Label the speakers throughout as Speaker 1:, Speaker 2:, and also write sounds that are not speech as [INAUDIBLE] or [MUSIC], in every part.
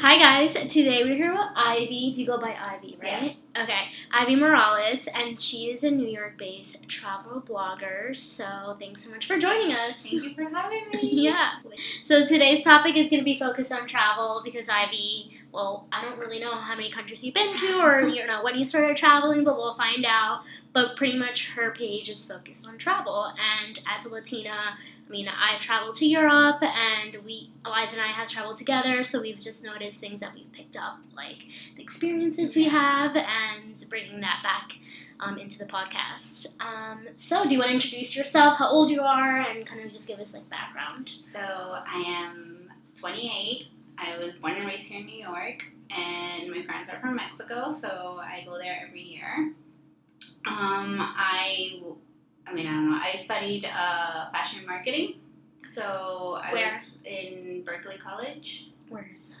Speaker 1: Hi guys, today we're here with Ivy. Do you go by Ivy, right? Okay, Ivy Morales, and she is a New York based travel blogger. So thanks so much for joining us.
Speaker 2: Thank you for having me.
Speaker 1: [LAUGHS] yeah. So today's topic is going to be focused on travel because Ivy, well, I don't really know how many countries you've been to or you know when you started traveling, but we'll find out. But pretty much her page is focused on travel, and as a Latina, I mean, I've traveled to Europe, and we Eliza and I have traveled together, so we've just noticed things that we've picked up, like the experiences we have, and bringing that back. Um, into the podcast. Um, so, do you want to introduce yourself, how old you are, and kind of just give us like background?
Speaker 2: So I am 28. I was born and raised here in New York, and my parents are from Mexico, so I go there every year. Um, I, I mean, I don't know. I studied uh, fashion marketing, so I
Speaker 1: Where?
Speaker 2: was in Berkeley College.
Speaker 1: Where is that?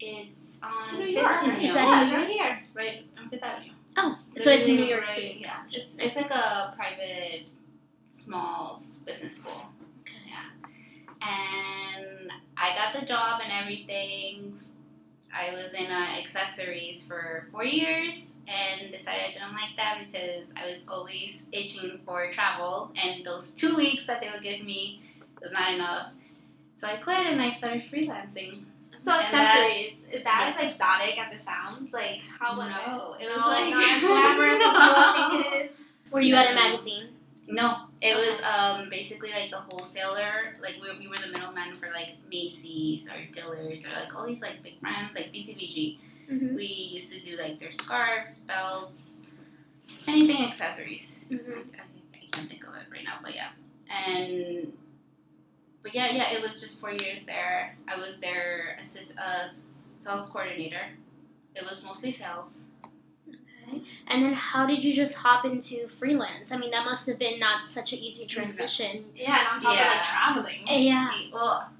Speaker 2: It's on
Speaker 3: It's
Speaker 2: Fifth
Speaker 3: New York.
Speaker 1: Is-
Speaker 2: Avenue.
Speaker 1: is
Speaker 3: yeah,
Speaker 1: that
Speaker 3: it's
Speaker 1: New
Speaker 3: right here.
Speaker 2: right on Fifth Avenue.
Speaker 1: Oh, so it's in New York
Speaker 2: Right,
Speaker 1: City.
Speaker 2: Yeah, it's, it's like a private, small business school.
Speaker 1: Okay.
Speaker 2: and I got the job and everything. I was in uh, accessories for four years and decided I didn't like that because I was always itching for travel, and those two weeks that they would give me was not enough. So I quit and I started freelancing.
Speaker 3: So
Speaker 2: And
Speaker 3: accessories. Is that as exotic as it sounds? Like how was
Speaker 2: no, it?
Speaker 3: it?
Speaker 2: was
Speaker 3: No,
Speaker 2: like [LAUGHS]
Speaker 3: not [LAUGHS] as glamorous as you would think it is.
Speaker 1: Were you at a magazine?
Speaker 2: No, it was um, basically like the wholesaler. Like we, we were the middleman for like Macy's or Dillard's or like all these like big brands like BCBG.
Speaker 1: Mm-hmm.
Speaker 2: We used to do like their scarves, belts, anything accessories.
Speaker 1: Mm-hmm.
Speaker 2: I, I, I can't think of it right now, but yeah. And but yeah, yeah, it was just four years there. I was their assist, uh, sales coordinator. It was mostly sales.
Speaker 1: Okay. And then how did you just hop into freelance? I mean, that must have been not such an easy transition.
Speaker 3: Yeah, and on top of like
Speaker 2: Yeah.
Speaker 3: traveling.
Speaker 1: Eh, Yeah.
Speaker 2: Well,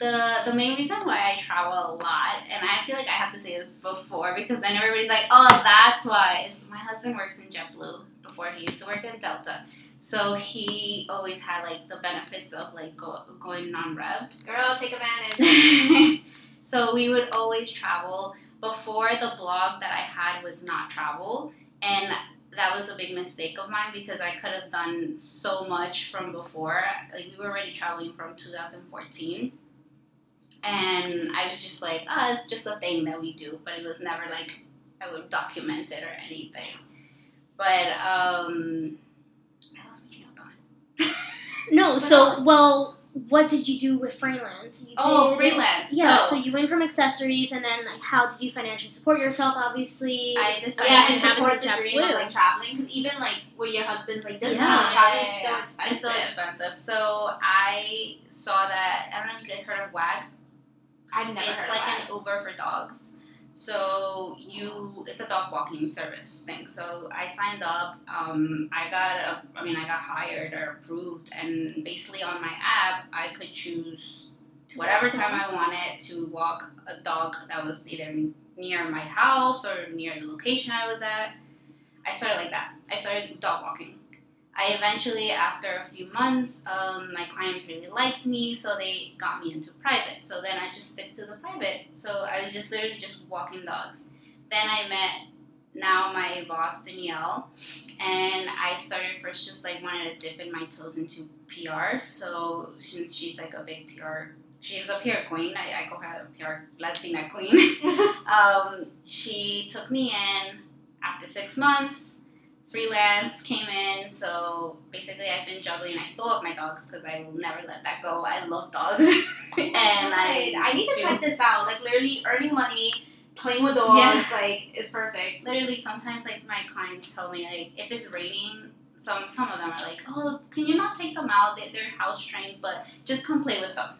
Speaker 2: the the main reason why I travel a lot, and I feel like I have to say this before because then everybody's like, oh, that's why. Is my husband works in JetBlue. Before he used to work in Delta, so he always had like the benefits of like go, going non-rev.
Speaker 3: Girl, take advantage.
Speaker 2: [LAUGHS] so we would always travel. Before the blog that I had was not travel, and that was a big mistake of mine because I could have done so much from before. Like we were already traveling from 2014, and I was just like, "Ah, it's just a thing that we do," but it was never like I would document it or anything. But um, I lost my train of thought.
Speaker 1: No.
Speaker 3: But
Speaker 1: So, well, what did you do with freelance? You
Speaker 2: Oh,
Speaker 1: did-
Speaker 2: freelance. Oh.
Speaker 1: Yeah.
Speaker 2: So-
Speaker 1: So you went from accessories, and then like, how did you financially support yourself? Obviously.
Speaker 2: I decided
Speaker 3: yeah,
Speaker 1: and
Speaker 3: and
Speaker 1: having
Speaker 3: support
Speaker 1: the
Speaker 3: the
Speaker 1: jet
Speaker 3: dream
Speaker 1: blue.
Speaker 3: of like traveling because even like well, your husband's like this
Speaker 1: Yeah.
Speaker 3: yeah, traveling is
Speaker 2: Yeah, yeah, yeah.
Speaker 3: still expensive.
Speaker 2: It's still expensive. So I saw that. I don't know if you guys heard of WAG.
Speaker 3: I've never
Speaker 2: it's
Speaker 3: heard
Speaker 2: like
Speaker 3: of
Speaker 2: an Uber for dogs. So you, it's a dog walking service thing. So I signed up. Um, I got, a, I mean, I got hired or approved, and basically on my app, I could choose whatever time I wanted to walk a dog that was either near my house or near the location I was at. I started like that. I started dog walking. I eventually, after a few months, um, my clients really liked me, so they got me into private. So then I just stick to the private. So I was just literally just walking dogs. Then I met now my boss Danielle, and I started first just like wanted to dip in my toes into PR. So since she's like a big PR, she's a PR queen. I, I call her a PR Latina queen.
Speaker 3: [LAUGHS]
Speaker 2: um, she took me in after six months. Freelance came in, so basically I've been juggling. I still love my dogs because I will never let that go. I love dogs, [LAUGHS] and I
Speaker 3: Right. Oh I need to
Speaker 2: do-
Speaker 3: check this out. Like literally earning money, playing with dogs,
Speaker 2: Yeah.
Speaker 3: like is perfect.
Speaker 2: literally sometimes like my clients tell me like if it's raining some some of them are like oh can you not take them out they, they're house trained but just come play with them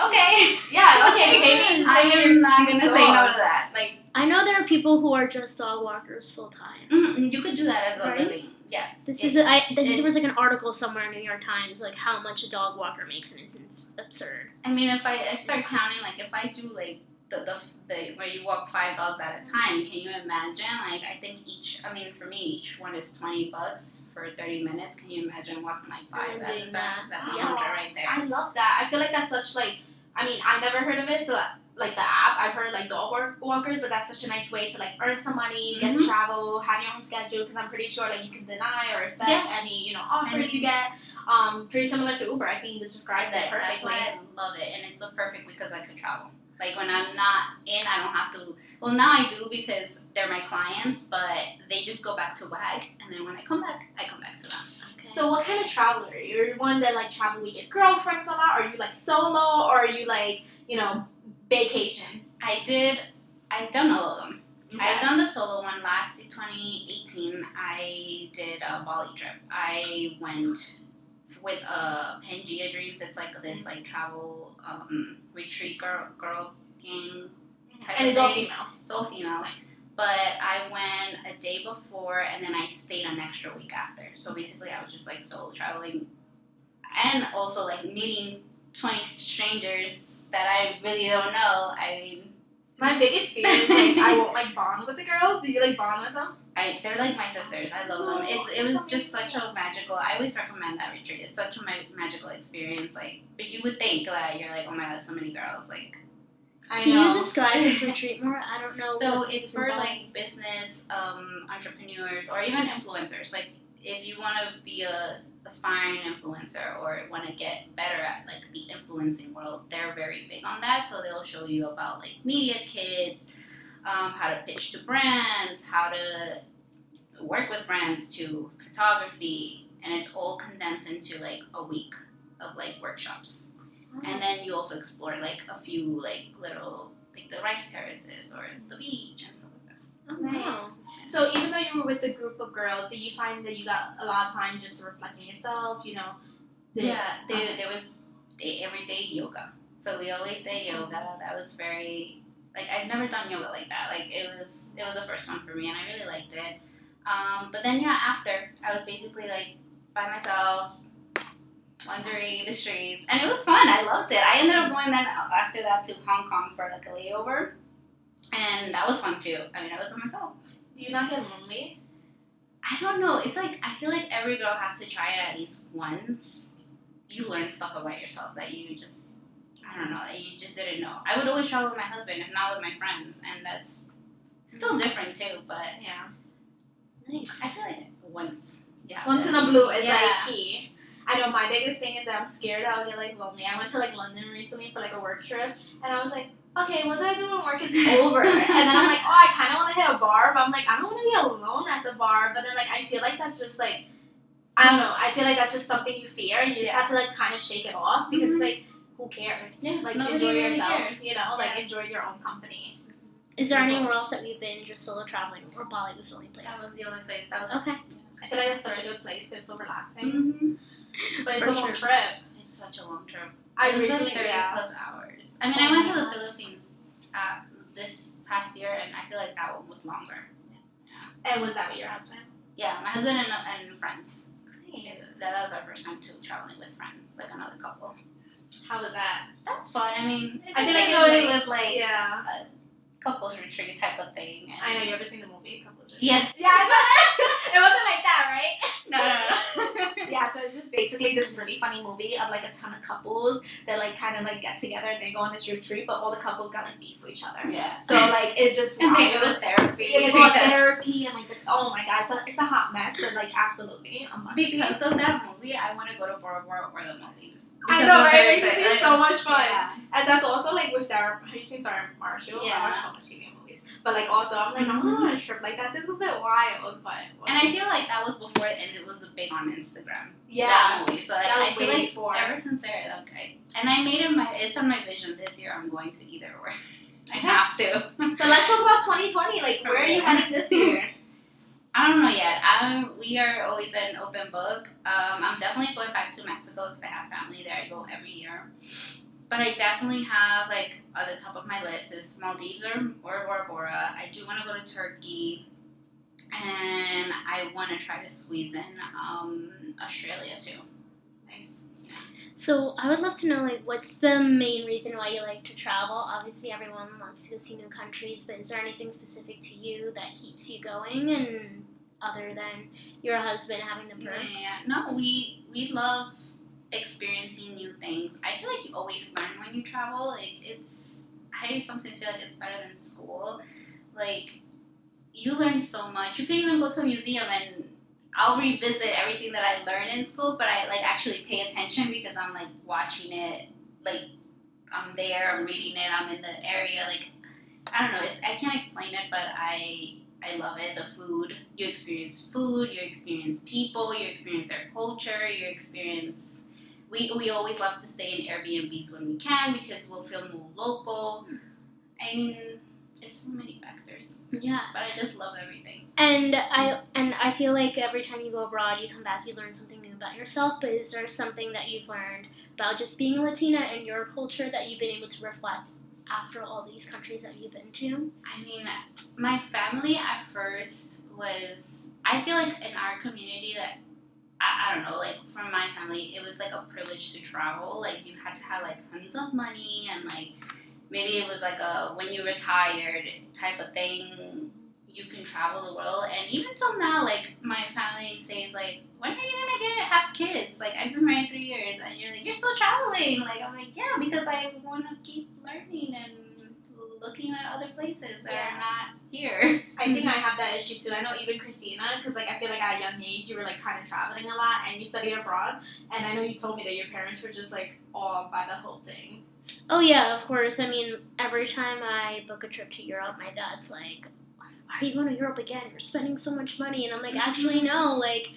Speaker 2: okay
Speaker 1: [LAUGHS]
Speaker 3: Yeah, okay, okay.
Speaker 2: i am not gonna say no
Speaker 3: dog.
Speaker 2: to that like
Speaker 1: I know there are people who are just dog walkers full time.
Speaker 2: mm, you could do that as a
Speaker 1: Right?
Speaker 2: living yes
Speaker 1: This
Speaker 2: It-
Speaker 1: is a, I, th- there was like an
Speaker 2: it's-
Speaker 1: article somewhere in New York Times like how much a dog walker makes, and it's, it's absurd.
Speaker 2: I mean, if I, I start counting, like if I do like the, the the where you walk five dogs at a time, can you imagine? Like I think each, I mean, for me, each one is twenty bucks for thirty minutes. Can you imagine walking like five?
Speaker 1: I'm
Speaker 2: That-
Speaker 1: doing
Speaker 2: that- that's a
Speaker 3: that.
Speaker 2: hundred right there.
Speaker 3: I love that. I feel like that's such like I mean I never heard of it, so like the app. I've heard like dog work- walkers, but that's such a nice way to like earn some money, get
Speaker 2: Mhm.
Speaker 3: to travel, have your own schedule. Because I'm pretty sure like you can deny or accept
Speaker 1: Yeah.
Speaker 3: any you know offers
Speaker 2: Any-
Speaker 3: you get. Um, pretty similar to Uber. I think you described that
Speaker 2: That- That's
Speaker 3: perfectly.
Speaker 2: why I love it, and it's so perfect because I could travel. Like when I'm not in, I don't have to. Well, now I do because they're my clients, but they just go back to WAG, and then when I come back, I come back to them.
Speaker 3: So what kind of traveler? You're one that like travel with your girlfriends a lot, or you like solo, or you like you know vacation?
Speaker 2: I did. I've done all of them. I've
Speaker 3: Okay.
Speaker 2: done the solo one last 2018. I did a Bali trip. I went with uh, Pangea Dreams. It's like this like travel um, retreat girl girl gang. type
Speaker 3: Mm-hmm. and
Speaker 2: of
Speaker 3: it's all
Speaker 2: thing.
Speaker 3: females.
Speaker 2: It's all females. But I went a day before and then I stayed an extra week after. So basically, I was just like solo traveling and also like meeting 20 strangers that I really don't know. I mean,
Speaker 3: My biggest fear is like I won't like bond with the girls. Do you like bond with them?
Speaker 2: I, they're like my sisters. I love them. It's, it was just such a magical. I always recommend that retreat. It's such a ma- magical experience. Like, but you would think that you're like, oh my god, so many girls. Like,
Speaker 3: I
Speaker 1: Can
Speaker 3: know.
Speaker 1: you describe
Speaker 2: [LAUGHS]
Speaker 1: this retreat more? I don't know.
Speaker 2: So
Speaker 1: what this
Speaker 2: it's
Speaker 1: is
Speaker 2: for
Speaker 1: about.
Speaker 2: like business um, entrepreneurs or even influencers. Like if you want to be a aspiring influencer or want to get better at like the influencing world, they're very big on that. So they'll show you about like media kits, um, how to pitch to brands, how to work with brands, to photography, and it's all condensed into like a week of like workshops and then you also explore like a few like little like the rice terraces or the beach and stuff like
Speaker 1: Oh,
Speaker 3: Nice.
Speaker 1: wow.
Speaker 3: So even though you were with a group of girls, did you find that you got a lot of time just to reflect on yourself? You know.
Speaker 2: that.
Speaker 3: the-
Speaker 2: Yeah, there, there was a- everyday yoga. So we always say yoga. That was very like I've never done yoga like that. Like it was it was the first one for me, and I really liked it. Um, but then yeah, after I was basically like by myself. Wandering the streets, and it was fun. I loved it. I ended up going then after that to Hong Kong for like a layover, and that was fun too. I mean, I was by myself.
Speaker 3: Do you not get lonely?
Speaker 2: I don't know. It's like I feel like every girl has to try it at least once. You learn stuff about yourself that you just I don't know that you just didn't know. I would always travel with my husband, if not with my friends, and that's still different too. But
Speaker 3: Yeah.
Speaker 1: Nice.
Speaker 2: I feel like once, yeah,
Speaker 3: Once in a blue is
Speaker 2: Yeah.
Speaker 3: like key. I know my biggest thing is that I'm scared that I'll get like lonely. I went to like London recently for like a work trip, and I was like, okay, what do I do when
Speaker 2: [LAUGHS]
Speaker 3: work is over? and then I'm like, oh, I kind of want to hit a bar, but I'm like, I don't want to be alone at the bar. But then like I feel like that's just like. I don't know. I feel like that's just something you fear, and you just
Speaker 2: Yeah.
Speaker 3: have to like kind of shake it off because
Speaker 2: Mhm.
Speaker 3: it's like, who cares?
Speaker 2: Yeah,
Speaker 3: like
Speaker 2: nobody
Speaker 3: enjoy
Speaker 2: really
Speaker 3: yourself.
Speaker 2: cares.
Speaker 3: You know, like
Speaker 2: Yeah.
Speaker 3: enjoy your own company.
Speaker 1: Is there anywhere else that we've been just solo traveling, or Bali was the only place?
Speaker 2: That was the only place. That was.
Speaker 1: okay.
Speaker 3: I feel like that's such a good place. 'cause It's so relaxing,
Speaker 2: Mhm.
Speaker 3: but it's
Speaker 1: For
Speaker 3: a long
Speaker 1: sure.
Speaker 3: trip.
Speaker 2: It's such a long trip.
Speaker 3: I
Speaker 2: it was
Speaker 3: recently,
Speaker 2: like 30
Speaker 3: yeah.
Speaker 2: plus hours. I mean,
Speaker 3: Oh
Speaker 2: I went
Speaker 3: my
Speaker 2: to the
Speaker 3: God.
Speaker 2: Philippines uh, this past year, and I feel like that one was longer.
Speaker 3: And was that with your husband?
Speaker 2: Yeah, my husband and, and friends. That, that was our first time too traveling with friends, like another couple.
Speaker 3: How was that?
Speaker 2: That's fun. I mean, it's
Speaker 3: I feel like
Speaker 2: it
Speaker 3: it's
Speaker 2: was
Speaker 3: like-
Speaker 2: with like
Speaker 3: Yeah.
Speaker 2: couples retreat type of thing. And
Speaker 3: I know you ever seen the movie? Couple of
Speaker 2: Yeah.
Speaker 3: [LAUGHS] Yeah, it's not- [LAUGHS] it wasn't like that, right?
Speaker 2: No, no, no.
Speaker 3: [LAUGHS] Yeah, so it's just basically this really funny movie of like a ton of couples that like kind of like get together and they go on this retreat, but all the couples got like beef with each [LAUGHS] other.
Speaker 2: yeah.
Speaker 3: So like it's [LAUGHS] just
Speaker 2: and they
Speaker 3: wild.
Speaker 2: go to therapy.
Speaker 3: Yeah, they go to therapy and like the, oh my god, so it's a hot mess, but like absolutely a must. see.
Speaker 2: because of that movie, I want to go to Bora Bora or the Maldives.
Speaker 3: I
Speaker 2: Because
Speaker 3: know,
Speaker 2: of
Speaker 3: right?
Speaker 2: their-
Speaker 3: It makes it
Speaker 2: like-
Speaker 3: seem so much fun.
Speaker 2: Yeah.
Speaker 3: And that's also like with Sarah. Have you seen Sarah Marshall?
Speaker 2: Yeah. Mm-hmm.
Speaker 3: I watch so much TV and movies, but like also I'm like I'm not on a trip like that. So it's a little bit wild, but
Speaker 2: And I feel like that was before, and it was big on Instagram.
Speaker 3: yeah,
Speaker 2: That movie. So like,
Speaker 3: that was
Speaker 2: I feel
Speaker 3: way
Speaker 2: like
Speaker 3: before.
Speaker 2: Ever since there, okay. And I made it my it's on my vision this year. I'm going to either or. [LAUGHS] I
Speaker 3: Yes.
Speaker 2: have to.
Speaker 3: So let's talk about 2020. Like, where are you headed this year?
Speaker 2: [LAUGHS] I don't know yet. Um, we are always an open book. Um, I'm definitely going back to Mexico because I have family there. I go every year. But I definitely have like at the top of my list is Maldives or or Bora Bora. I do want to go to Turkey, and I want to try to squeeze in um, Australia too.
Speaker 3: Nice.
Speaker 1: So I would love to know, like, what's the main reason why you like to travel? Obviously, everyone wants to see new countries, but is there anything specific to you that keeps you going, and other than your husband having the perks?
Speaker 2: Yeah, no, we we love experiencing new things. I feel like you always learn when you travel. Like it's, I do sometimes feel like it's better than school. Like you learn so much. You can even go to a museum and I'll revisit everything that I learned in school, but I like actually pay attention because I'm like watching it, like I'm there, I'm reading it, I'm in the area. Like I don't know, it's I can't explain it, but I I love it. The food, you experience food, you experience people, you experience their culture, you experience. We, we always love to stay in Airbnbs when we can because we'll feel more local. I mean, it's so many factors,
Speaker 1: Yeah.
Speaker 2: but I just love everything.
Speaker 1: And I and I feel like every time you go abroad, you come back, you learn something new about yourself. But is there something that you've learned about just being Latina and your culture that you've been able to reflect after all these countries that you've been to?
Speaker 2: I mean, my family at first was. I feel like in our community that I, I don't know, like from my family, it was like a privilege to travel. Like you had to have like tons of money and like maybe it was like a when you retired type of thing. You can travel the world, and even till now, like my family says, like, when are you gonna get have kids? Like I've been married three years, and you're like, you're still traveling. Like I'm like, yeah, because I want to keep learning and looking at other places that
Speaker 3: Yeah.
Speaker 2: are not here.
Speaker 3: I think I have that issue too. I know even Christina, because like I feel like at a young age you were like kind of traveling a lot and you studied abroad. And I know you told me that your parents were just like awed by the whole thing.
Speaker 1: Oh yeah, of course. I mean, every time I book a trip to Europe, my dad's like, "Why are you going to Europe again? You're spending so much money." And I'm like,
Speaker 2: Mhm.
Speaker 1: "Actually, no. Like,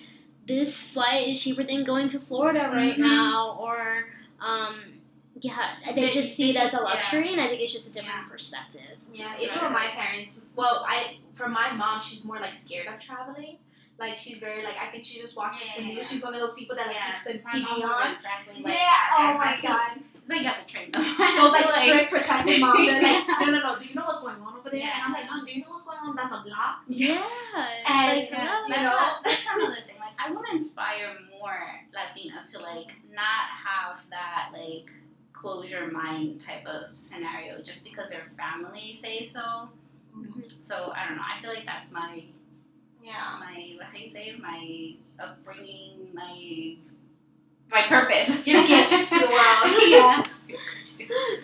Speaker 1: this flight is cheaper than going to Florida right
Speaker 2: Mhm.
Speaker 1: now." Or, um, yeah, they,
Speaker 2: They-
Speaker 1: just
Speaker 2: they
Speaker 1: see it as
Speaker 2: just-
Speaker 1: a
Speaker 2: yeah.
Speaker 1: luxury, and I think it's just a different
Speaker 2: Yeah. [LAUGHS]
Speaker 1: perspective.
Speaker 3: Yeah, even for my parents. Well, I for my mom, she's more like scared of traveling. Like she's very like I think she just watches
Speaker 2: Yeah,
Speaker 3: the
Speaker 2: yeah,
Speaker 3: news.
Speaker 2: yeah.
Speaker 3: She's one of those people that like
Speaker 2: Yeah,
Speaker 3: keeps
Speaker 2: my
Speaker 3: the TV
Speaker 2: mom was
Speaker 3: on.
Speaker 2: Exactly.
Speaker 3: Yeah.
Speaker 2: Like,
Speaker 3: Oh
Speaker 2: that.
Speaker 3: my
Speaker 2: It's
Speaker 3: god.
Speaker 2: like you have to train
Speaker 3: [LAUGHS]
Speaker 2: them. I [LAUGHS]
Speaker 3: Those like
Speaker 2: feel
Speaker 3: strict protective mom.
Speaker 2: [LAUGHS]
Speaker 3: They're like,
Speaker 2: Yeah.
Speaker 3: no, no, no. Do you know what's going on over there?
Speaker 2: Yeah.
Speaker 3: And I'm like, mom, do you know what's going on down the block?
Speaker 1: Yeah.
Speaker 3: And,
Speaker 1: like,
Speaker 2: Yeah,
Speaker 1: hello.
Speaker 3: you
Speaker 2: that's,
Speaker 3: know?
Speaker 2: a- that's another thing. Like, I want to inspire more Latinas to like not have that like close your mind type of scenario just because their family say so. Mm-hmm. So I don't know. I feel like that's my
Speaker 3: Yeah.
Speaker 2: my how you say it? my upbringing, my my purpose. [LAUGHS]
Speaker 3: Your gift to the world. [LAUGHS]
Speaker 2: yeah. [LAUGHS]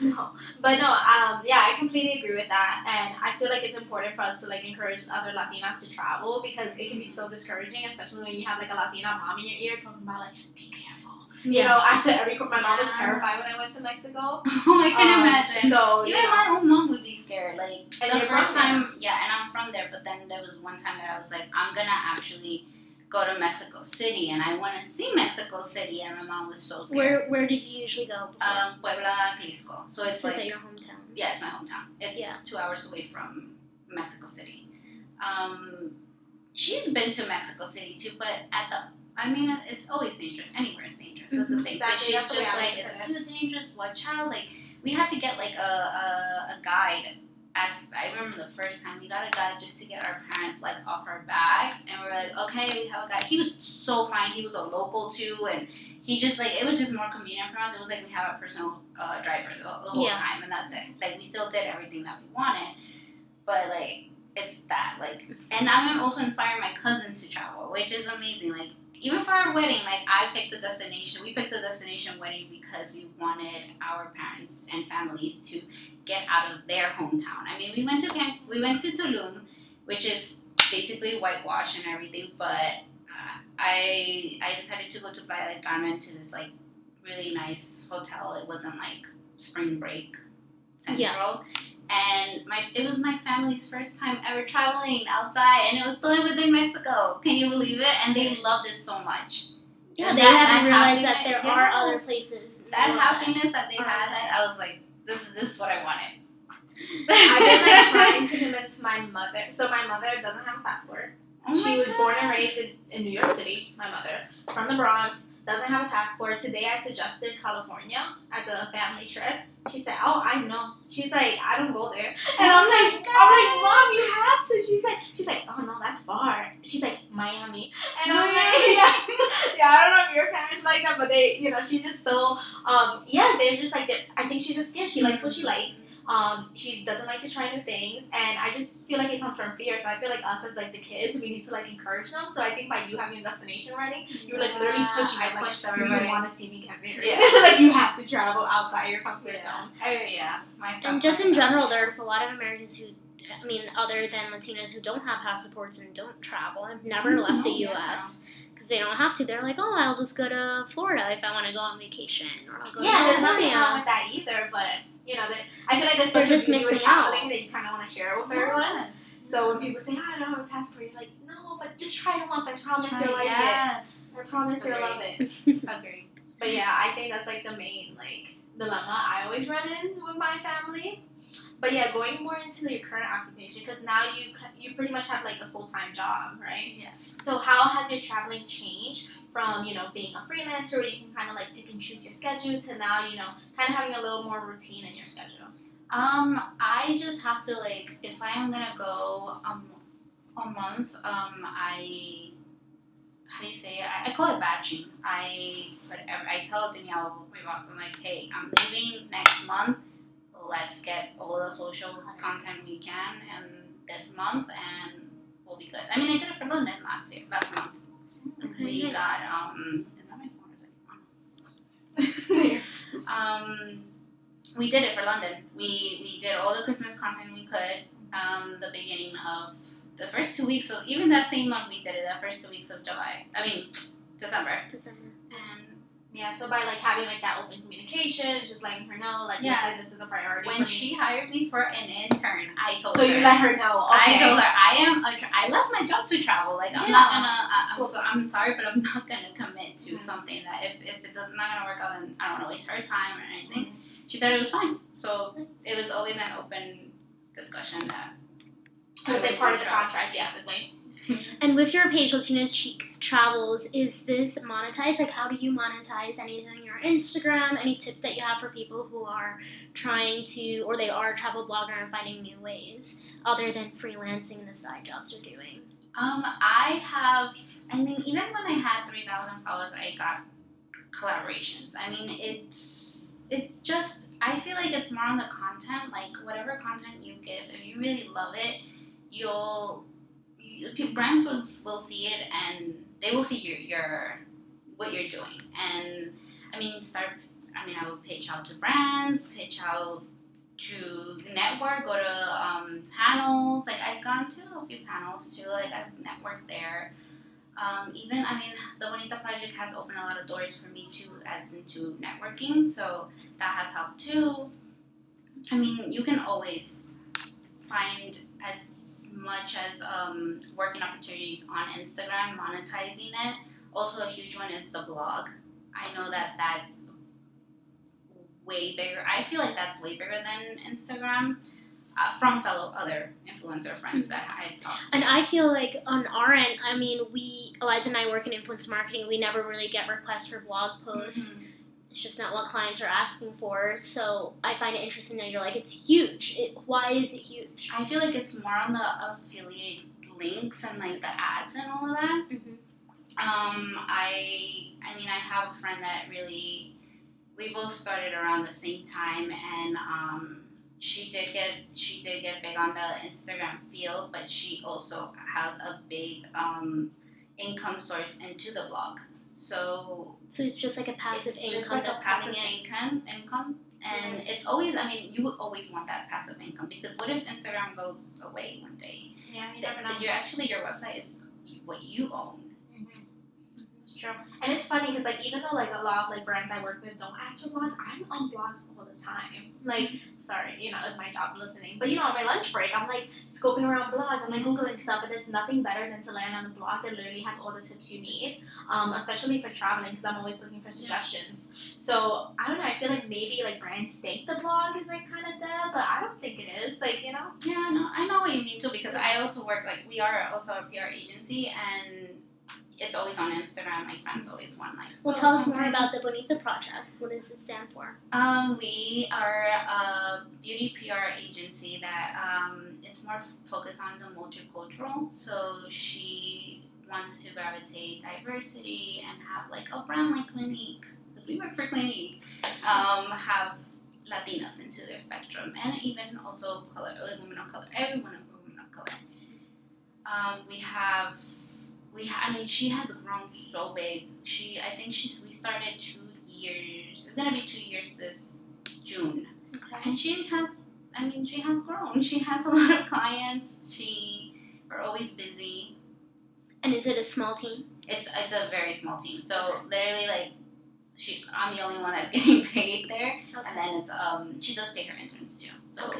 Speaker 3: no, but no, um, yeah, I completely agree with that, and I feel like it's important for us to like encourage other Latinas to travel because it can be so discouraging, especially when you have like a Latina mom in your ear talking about like be careful. You know, after every my mom was
Speaker 2: Yes.
Speaker 3: terrified when I went to Mexico.
Speaker 2: Oh, I can
Speaker 3: Um,
Speaker 2: imagine.
Speaker 3: So
Speaker 2: Even
Speaker 3: yeah.
Speaker 2: my own mom would be scared. Like
Speaker 3: And
Speaker 2: the
Speaker 3: you're
Speaker 2: first
Speaker 3: from
Speaker 2: time, yeah, and I'm from there. But then there was one time that I was like, I'm gonna actually go to Mexico City, and I want to see Mexico City. And my mom was so scared.
Speaker 1: Where Where did you usually go? Before?
Speaker 2: Um, Puebla, Jalisco. So it's
Speaker 1: Since at
Speaker 2: like,
Speaker 1: your hometown.
Speaker 2: yeah, it's my hometown. It's
Speaker 1: Yeah.
Speaker 2: two hours away from Mexico City. Um, she's been to Mexico City too, but at the I mean, it's always dangerous. Anywhere is dangerous. That's the
Speaker 1: Mm-hmm.
Speaker 2: thing.
Speaker 3: Exactly,
Speaker 2: But she's
Speaker 3: that's the way
Speaker 2: just
Speaker 3: I
Speaker 2: like,
Speaker 3: look at
Speaker 2: it's too dangerous. Watch out. Like, we had to get like a, a, a guide. At, I remember the first time we got a guide just to get our parents like off our backs, and we're like, okay, we have a guide. He was so fine. He was a local too, and he just like it was just more convenient for us. It was like we have a personal uh, driver the, the whole
Speaker 1: Yeah.
Speaker 2: time, and that's it. Like we still did everything that we wanted, but like it's that like, and I'm also inspiring my cousins to travel, which is amazing. Like even for our wedding, like I picked the destination. We picked the destination wedding because we wanted our parents and families to get out of their hometown. I mean, we went to Can- we went to Tulum, which is basically whitewash and everything, but uh, I I decided to go to Playa del Carmen to this like really nice hotel. It wasn't like spring break central. And my it was my family's first time ever traveling outside, and it was still within Mexico. Can you believe it? And they loved it so much.
Speaker 1: Yeah,
Speaker 2: And
Speaker 1: they
Speaker 2: that-
Speaker 1: haven't
Speaker 2: that
Speaker 1: realized that
Speaker 2: happiness-
Speaker 1: there are other
Speaker 2: yes.
Speaker 1: places. in the
Speaker 2: That
Speaker 1: world
Speaker 2: happiness that they had,
Speaker 1: Uh-huh.
Speaker 2: that I was like, this is this is what I wanted.
Speaker 3: I've been
Speaker 2: [LAUGHS]
Speaker 3: like trying to convince my mother. So my mother doesn't have a passport.
Speaker 2: Oh
Speaker 3: she
Speaker 2: my
Speaker 3: was
Speaker 2: God.
Speaker 3: born and raised in, in New York City, my mother, from the Bronx, doesn't have a passport. Today I suggested California as a family trip. She said, Oh, I know. She's like, I don't go there.
Speaker 2: Oh
Speaker 3: And I'm like, I'm like, Mom, you have to. She's like, she's like, Oh no, that's far. She's like, Miami. And I'm like, yeah. [LAUGHS] yeah, I don't know if your parents like that, but they, you know, she's just so um yeah, they're just like they're, I think she's just scared. She likes what she likes. Um, she doesn't like to try new things, and I just feel like it comes from fear. So I feel like us as like the kids, we need to like encourage them. So I think by you having a destination wedding, you were like literally pushing
Speaker 2: I
Speaker 3: Ah, them, like,
Speaker 2: pushed
Speaker 3: do you
Speaker 2: everybody.
Speaker 3: want to see me get married?
Speaker 2: Yeah.
Speaker 3: [LAUGHS] like you have to to travel outside your comfort
Speaker 2: Yeah.
Speaker 3: zone.
Speaker 2: Oh yeah, my
Speaker 1: And just in general, there's a lot of Americans who, I mean, other than Latinos who don't have passports and don't travel, have never
Speaker 2: Mhm.
Speaker 1: left the
Speaker 2: Oh, yeah.
Speaker 1: U.S. because they don't have to. They're like, oh, I'll just go to Florida if I want to go on vacation, or I'll go
Speaker 3: Yeah,
Speaker 1: to
Speaker 3: there's nothing
Speaker 1: California.
Speaker 3: wrong with that either, but you know, there- I feel like there's
Speaker 1: They're
Speaker 3: such a
Speaker 1: just
Speaker 3: beauty with
Speaker 1: missing out.
Speaker 3: traveling that you kind of want to share it with everyone. So when people say, oh, "I don't have a passport," you're like, "No, but just try it once. I promise you'll like
Speaker 2: yes.
Speaker 3: it. I promise you'll love it."
Speaker 1: [LAUGHS]
Speaker 2: Agree.
Speaker 3: But yeah, I think that's like the main like dilemma I always run in with my family. But yeah, going more into your current occupation because now you c- you pretty much have like a full time job, right?
Speaker 2: Yes.
Speaker 3: So how has your traveling changed from you know being a freelancer where you can kind of like pick and choose your schedule to now you know kind of having a little more routine in your schedule?
Speaker 2: Um, I just have to like if I am gonna go um a month, um I how do you say it? I, I call it batching. I put ev- I tell Danielle my boss, I'm like, hey, I'm leaving next month. Let's get all the social content we can and this month and we'll be good. I mean I did it for London last year last month.
Speaker 1: Okay,
Speaker 2: we
Speaker 1: nice.
Speaker 2: got um is that my phone or is it [LAUGHS] um, we did it for London. We we did all the Christmas content we could. Um, the beginning of the first two weeks of even that same month we did it. The first two weeks of July. I mean December.
Speaker 1: December.
Speaker 2: And
Speaker 3: Yeah, so by like having like that open communication, just letting her know like
Speaker 2: Yeah.
Speaker 3: listen, this is a priority.
Speaker 2: when
Speaker 3: for me.
Speaker 2: she hired me for an intern, I told
Speaker 3: so
Speaker 2: her.
Speaker 3: you let her know. Okay.
Speaker 2: I told her I am. A tra- I left my job to travel. Like I'm not
Speaker 3: Yeah.
Speaker 2: gonna. I, I'm,
Speaker 3: Cool.
Speaker 2: so, I'm sorry, but I'm [LAUGHS] not gonna commit to
Speaker 3: Mhm.
Speaker 2: something that if, if it does not gonna work out, then I don't wanna waste her time or anything.
Speaker 3: Mm-hmm.
Speaker 2: She said it was fine. So it was always an open discussion that
Speaker 3: It was like part of the contract,
Speaker 2: Yeah.
Speaker 3: basically.
Speaker 2: [LAUGHS]
Speaker 1: And with your page Latina Chic Travels, is this monetized? Like, how do you monetize anything on your Instagram? Any tips that you have for people who are trying to, or they are a travel blogger and finding new ways other than freelancing the side jobs they're doing?
Speaker 2: Um, I have. I mean, even when I had three thousand followers, I got collaborations. I mean, it's it's just. I feel like it's more on the content. Like whatever content you give, if you really love it, you'll you, pe- brands will will see it and they will see your your what you're doing. And I mean, start. I mean, I will pitch out to brands, pitch out to network, go to um, panels. Like I've gone to a few panels too. Like I've networked there. Um, even I mean, the Bonita Project has opened a lot of doors for me too, as into networking. So that has helped too. I mean, you can always find as much as um, working opportunities on Instagram, monetizing it. Also, a huge one is the blog. I know that that's way bigger. I feel like that's way bigger than Instagram uh, from fellow other influencer friends that I've talked to.
Speaker 1: And I feel like on our end, I mean, we, Eliza and I work in influence marketing, we never really get requests for blog
Speaker 2: Mm-hmm.
Speaker 1: posts. it's just not what clients are asking for. So I find it interesting that you're like, it's huge. It, why is it huge?
Speaker 2: I feel like it's more on the affiliate links and like the ads and all of that.
Speaker 1: Mm-hmm.
Speaker 2: Um, I I mean I have a friend that really we both started around the same time and um, she did get she did get big on the Instagram field, but she also has a big um, income source into the blog. So
Speaker 1: So it's just like a passive
Speaker 2: it's
Speaker 1: income
Speaker 2: just like
Speaker 1: that's
Speaker 2: a passive
Speaker 1: coming in. Mm-hmm.
Speaker 2: income, income, and it's always. I mean, you would always want that passive income because what if Instagram goes away one day?
Speaker 3: Yeah, you
Speaker 2: Th-
Speaker 3: never know.
Speaker 2: You're actually your website is what you own.
Speaker 3: Mm-hmm. It's true. And it's funny because like even though like a lot of like brands I work with don't ask for blogs, I'm on blogs all the time. Like, sorry, you know, if my job listening, but you know, on my lunch break, I'm like scoping around blogs, I'm like googling stuff, and there's nothing better than to land on a blog that literally has all the tips you need, um, especially for traveling because I'm always looking for suggestions. So I don't know. I feel like maybe like brands think the blog is like kind of there, but I don't think it is. Like you know.
Speaker 2: Yeah, no, I know what you mean too because I also work like we are also a PR agency and it's always on Instagram. Like friends always want like.
Speaker 1: Well,
Speaker 2: oh,
Speaker 1: tell us more
Speaker 2: okay.
Speaker 1: about the Bonita Project. What does it stand for?
Speaker 2: Um, we are a beauty PR agency that um, is more focused on the multicultural. So she wants to gravitate diversity and have like a brand like Clinique because we work for Clinique. Um, have Latinas into their spectrum and even also color, like women of color, everyone of women of color. Um, we have, we ha- I mean, she has grown so big. She, I think she's, we started two years. It's gonna be two years this June.
Speaker 1: Okay.
Speaker 2: And she has, I mean, she has grown. She has a [LAUGHS] lot of clients. She are always busy.
Speaker 1: And is it a small team?
Speaker 2: It's it's a very small team. So literally, like, she I'm the only one that's [LAUGHS] getting paid there. And then it's um she does pay her interns too. So
Speaker 1: Okay.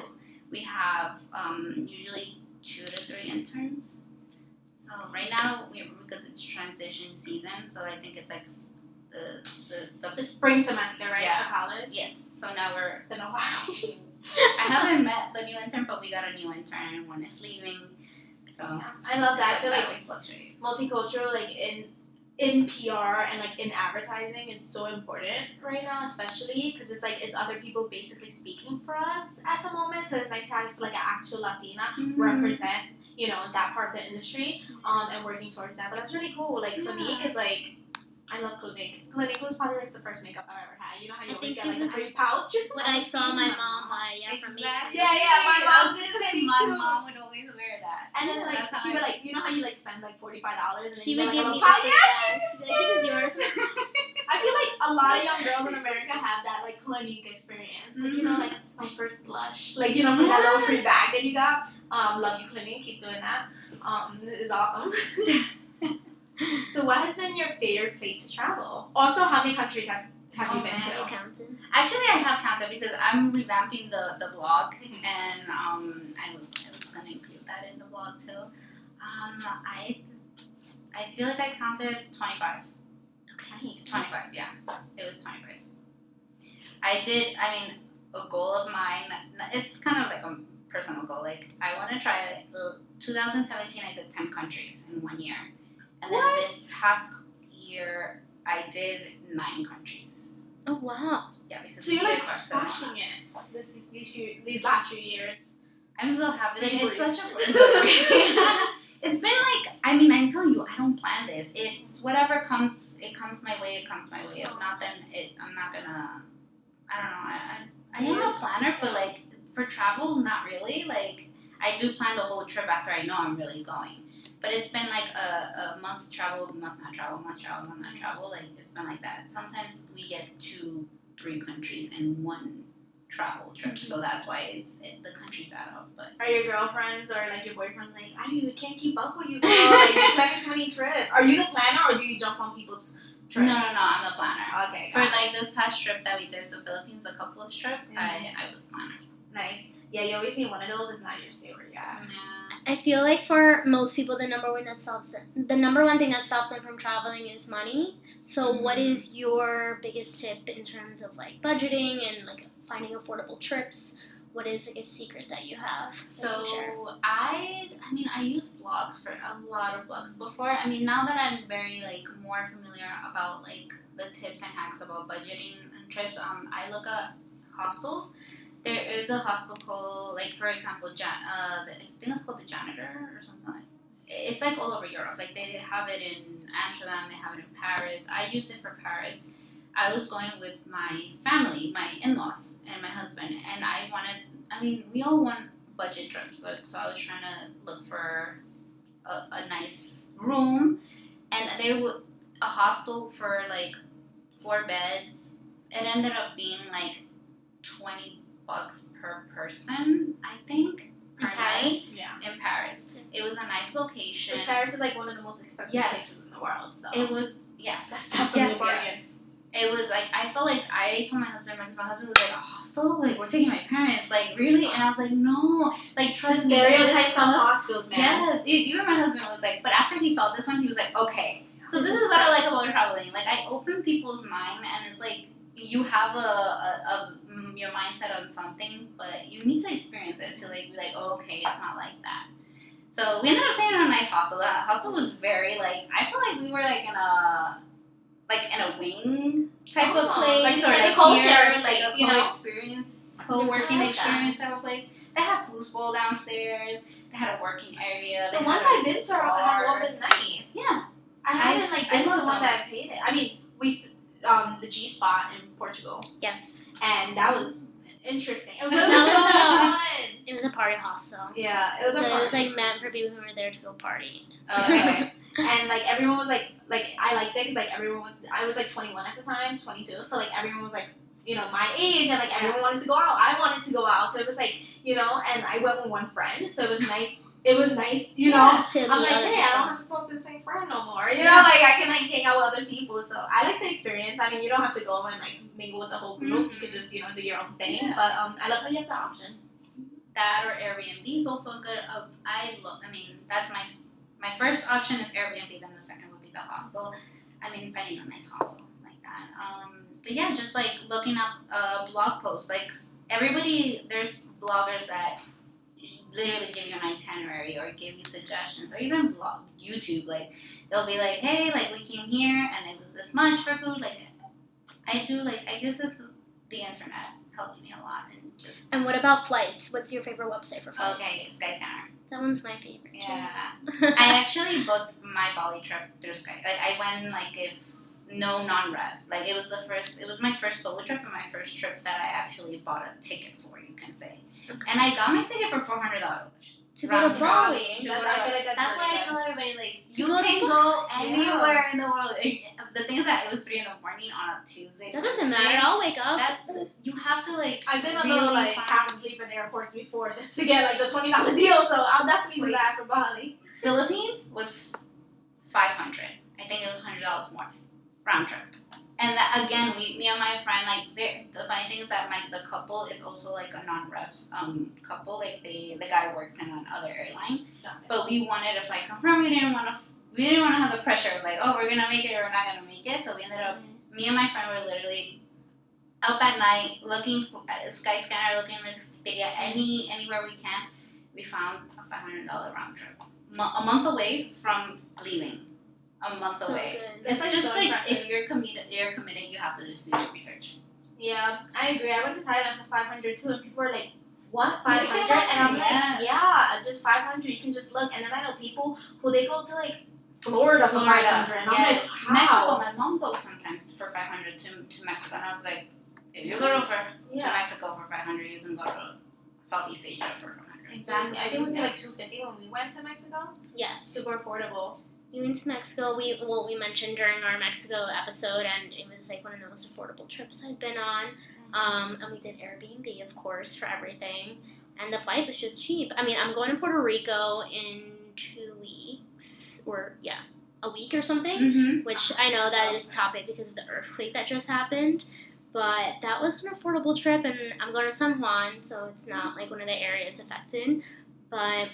Speaker 2: we have um usually two to three interns. So right now we because it's transition season, so I think it's like s- the the,
Speaker 3: The
Speaker 2: the
Speaker 3: spring semester, right?
Speaker 2: Yeah.
Speaker 3: For college.
Speaker 2: yes. So now we're [LAUGHS]
Speaker 3: Been a while. [LAUGHS]
Speaker 2: I haven't met the new intern, but we got a new intern. One is leaving. So
Speaker 3: I love that. I feel like
Speaker 2: we fluctuate.
Speaker 3: multicultural, like in in PR and like in advertising, is so important right now, especially because it's like it's other people basically speaking for us at the moment. So it's nice to have like an actual Latina
Speaker 1: Mm-hmm.
Speaker 3: represent you know that part of the industry um and working towards that but that's really cool like
Speaker 2: Yeah.
Speaker 3: clinique is like I love Clinique. Clinique was probably like the first makeup I ever had. You know how you
Speaker 1: I
Speaker 3: always
Speaker 1: think
Speaker 3: get
Speaker 1: it
Speaker 3: like the
Speaker 1: was-
Speaker 3: free
Speaker 1: [LAUGHS]
Speaker 3: pouch?
Speaker 1: When I saw my mom buy yeah from me.
Speaker 2: Exactly.
Speaker 3: Yeah, yeah, my
Speaker 2: I
Speaker 3: mom
Speaker 2: was
Speaker 3: did
Speaker 2: gonna say [LAUGHS]
Speaker 3: me
Speaker 2: my
Speaker 3: too.
Speaker 2: mom would always wear that.
Speaker 3: And then like
Speaker 2: That's how
Speaker 3: she
Speaker 2: I-
Speaker 3: would like you know how you like spend like forty five dollars and then
Speaker 1: She
Speaker 3: you get,
Speaker 1: would give me
Speaker 3: like, a little
Speaker 1: the free
Speaker 3: pouch? Yes!
Speaker 1: bag. She'd be like, "This is yours."
Speaker 2: [LAUGHS]
Speaker 3: I feel like a lot of young girls in America have that like Clinique experience. Like you know, like my first blush, like you know, from that little free bag that you got. Um, love you, Clinique. Keep doing that. Um, it is awesome. [LAUGHS] so, what has been your favorite place to travel? Also, how many countries have have you
Speaker 2: Oh,
Speaker 3: been
Speaker 2: man,
Speaker 1: Are you
Speaker 3: to?
Speaker 1: counting?
Speaker 2: Actually, I have counted because I'm revamping the, the blog,
Speaker 3: Mhm.
Speaker 2: and um, I, w- I was gonna include that in the blog too. Um, I I feel like I counted 25.
Speaker 3: Nice.
Speaker 2: 25, yeah, it was 25. I did. I mean, a goal of mine. It's kind of like a personal goal. Like I want to try. l- 2017, I did 10 countries in one year, and then
Speaker 3: What?
Speaker 2: this past year, I did nine countries.
Speaker 1: Oh wow!
Speaker 2: Yeah, because
Speaker 3: So you're
Speaker 2: we did
Speaker 3: like
Speaker 2: Barcelona.
Speaker 3: smashing it this these few these last few years.
Speaker 2: I'm so happy. Like, it's
Speaker 3: Libri.
Speaker 2: such a [LAUGHS] It's been like I mean I'm telling you I don't plan this. It's whatever comes it comes my way it comes my way. If not then it I'm not gonna I don't know I I, I am a planner but like for travel not really like I do plan the whole trip after I know I'm really going. But it's been like a, a month travel month not travel month travel month not travel like it's been like that. Sometimes we get two three countries in one travel trip so that's why it's it, the countries add up but.
Speaker 3: [LAUGHS] Are your girlfriends or like your boyfriend like, I mean, we can't keep up with you girl. Like, you're planning too many trips. Are you the planner or do you jump on people's
Speaker 2: No,
Speaker 3: trips?
Speaker 2: no, no, I'm the planner.
Speaker 3: Okay.
Speaker 2: For
Speaker 3: got it.
Speaker 2: like this past trip that we did to the Philippines, the couples trip, I, I was planner.
Speaker 3: Nice. Yeah, you always need one of those if not your saver, yeah.
Speaker 1: I feel like for most people, the number one that stops them, the number one thing that stops them from traveling is money. So,
Speaker 3: Mm-hmm.
Speaker 1: what
Speaker 2: Mhm.
Speaker 1: is your biggest tip in terms of like budgeting and like finding affordable trips? What is like a secret that you have? that you
Speaker 2: So
Speaker 1: can share?
Speaker 2: I, I mean, I use blogs for a lot of blogs before. I mean, now that I'm very like more familiar about like the tips and hacks about budgeting and trips, um, I look at hostels. There is a hostel called, like for example, Jan- uh, the, I think it's called the Janitor or something. like It's like all over Europe. Like they have it in Amsterdam, they have it in Paris. I used it for Paris. I was going with my family, my in-laws, and my husband, and I wanted. I mean, we all want budget trips. Like, so I was trying to look for a, a nice room, and they would a hostel for like four beds. It ended up being like twenty bucks per person, I think, per
Speaker 1: In Paris?
Speaker 3: Yeah.
Speaker 2: night in Paris. It was a nice location.
Speaker 3: Which Paris is like one of the most expensive
Speaker 2: Yes.
Speaker 3: places in the world, so
Speaker 2: It was yes.
Speaker 3: that's definitely
Speaker 2: Yes,
Speaker 3: a bargain.
Speaker 2: yes. It was like I felt like I told my husband because my husband was like a hostel, like we're taking my parents, like really, and I was like no, like
Speaker 3: The
Speaker 2: trust me.
Speaker 3: stereotypes
Speaker 2: this
Speaker 3: on
Speaker 2: hostel-
Speaker 3: hostels, man.
Speaker 2: Yes, e- even my husband was like, but after he saw this one, he was like, okay. So this is what I like about traveling. Like I open people's mind, and it's like you have a, a, a mm, your mindset on something, but you need to experience it to like be like, oh, okay, it's not like that. So we ended up staying in a nice hostel. That hostel was very like I feel like we were like in a like in a wing type of
Speaker 3: Oh,
Speaker 2: place
Speaker 3: like-
Speaker 2: or
Speaker 3: like a
Speaker 2: like here,
Speaker 3: co-share
Speaker 2: like
Speaker 3: place,
Speaker 2: a
Speaker 3: you know?
Speaker 2: experience,
Speaker 1: like
Speaker 2: co-working
Speaker 1: that.
Speaker 2: experience type of place. They had foosball downstairs. They had a working area.
Speaker 3: The
Speaker 2: they
Speaker 3: ones
Speaker 2: had a-
Speaker 3: I've been to are, have all been nice.
Speaker 2: Yeah.
Speaker 3: I haven't
Speaker 2: I've
Speaker 3: like
Speaker 2: been
Speaker 3: been to
Speaker 2: to
Speaker 3: the one
Speaker 2: them.
Speaker 3: that I paid it. I mean, we s- um the G spot in Portugal,
Speaker 1: yes,
Speaker 3: and [LAUGHS] that was it interesting. It was
Speaker 1: That
Speaker 3: so fun.
Speaker 1: It was a party hostel.
Speaker 3: Yeah, it was
Speaker 1: so
Speaker 3: a Uh,
Speaker 1: it was
Speaker 3: party.
Speaker 1: like meant for people who were there to go party.
Speaker 2: [LAUGHS] Okay.
Speaker 3: and like everyone was like like I liked it because like everyone was I was like 21 at the time, 22, so like everyone was like you know my age and like everyone wanted to go out. I wanted to go out, so it was like you know, and I went with one friend, so it was nice. It was nice, you know.
Speaker 1: to
Speaker 3: I'm like,
Speaker 1: meet other
Speaker 3: hey, I
Speaker 1: people.
Speaker 3: don't have to talk to the same friend no more. You
Speaker 2: Yeah.
Speaker 3: know, like I can like hang out with other people. So I like the experience. I mean, you don't have to go and like mingle with the whole group. You could just you know do your own thing.
Speaker 2: Yeah.
Speaker 3: But um, I love how you have that option.
Speaker 2: that or Airbnb is also a good. Of, I love. I mean, that's my my first option is Airbnb. Then the second would be the hostel. I mean, finding a nice hostel like that. Um, but yeah, just like looking up uh, blog posts. Like s- everybody, there's bloggers that literally give you an itinerary or give you suggestions or even blog YouTube. Like they'll be like, hey, like we came here and it was this much for food. Like I do. Like I guess it's the, the internet helped me a lot and just.
Speaker 1: And what about flights? What's your favorite website for flights?
Speaker 2: Okay, Sky Center.
Speaker 1: That one's my favorite. [LAUGHS]
Speaker 2: Yeah.
Speaker 1: too.
Speaker 2: I actually booked my Bali trip through Sky. Like I went like if no non rev. Like it was the first it was my first solo trip and my first trip that I actually bought a ticket for, you can say.
Speaker 1: Okay.
Speaker 2: And I got my ticket for four hundred dollars.
Speaker 1: to go
Speaker 2: round
Speaker 1: to
Speaker 2: trip.
Speaker 1: Bali.
Speaker 3: That's, I feel like that's,
Speaker 2: That's why
Speaker 3: really
Speaker 2: I
Speaker 3: good.
Speaker 2: tell everybody like
Speaker 1: To
Speaker 2: you
Speaker 1: go to
Speaker 2: can
Speaker 1: Bali.
Speaker 2: go anywhere in the world. The thing is that it was three in the morning on a Tuesday.
Speaker 1: That doesn't matter. I'll wake up.
Speaker 2: That you have to like
Speaker 3: I've been a
Speaker 2: really
Speaker 3: little like
Speaker 2: find-
Speaker 3: half asleep in airports before just to get like the twenty dollar [LAUGHS] deal, so I'll definitely do
Speaker 2: Wait.
Speaker 3: that for Bali.
Speaker 2: Philippines was 500. I think it was $100 more round trip. And that, again, we, me and my friend, like, they- the funny thing is that my the couple is also like a non-ref um, couple. Like, they the guy works in another airline, but we wanted to fly confirm. We didn't want to. We didn't want to have the pressure of like, oh, we're gonna make it or we're not gonna make it. So we ended up me and my friend were literally up at night looking for at sky scanner looking for Expedia any anywhere we can we found a $500 round trip Mo- a month away from leaving a month
Speaker 1: so
Speaker 2: away
Speaker 1: good.
Speaker 2: it's
Speaker 3: That's, like,
Speaker 2: just
Speaker 3: so
Speaker 2: like
Speaker 3: impressive.
Speaker 2: if you're committed you're committed you have to just do your research
Speaker 3: Yeah, I agree. I went to Thailand for five hundred too, and people were like, "What
Speaker 2: You can
Speaker 3: five hundred? And I'm
Speaker 2: Yes.
Speaker 3: like, "Yeah, just five hundred. You can just look." And then I know people who they go to like Florida for
Speaker 2: Florida,
Speaker 3: five hundred, and I'm
Speaker 2: yes.
Speaker 3: like,
Speaker 2: mexico
Speaker 3: "How?"
Speaker 2: my mom goes sometimes for 500 to, to mexico and i was like if you go to, for, to
Speaker 3: Yeah,
Speaker 2: mexico for 500 you can go to southeast asia for 500
Speaker 3: exactly. I think we paid like two fifty when we went to Mexico.
Speaker 1: Yes.
Speaker 3: Super affordable.
Speaker 1: We went to Mexico. We well, we mentioned during our Mexico episode, and it was like one of the most affordable trips I've been on. Um, and we did Airbnb, of course, for everything, and the flight was just cheap. I mean, I'm going to Puerto Rico in two weeks, or yeah, a week or something.
Speaker 2: hmm
Speaker 1: Which I know that is topic because of the earthquake that just happened. But that was an affordable trip, and I'm going to San Juan, so it's not like one of the areas affected. But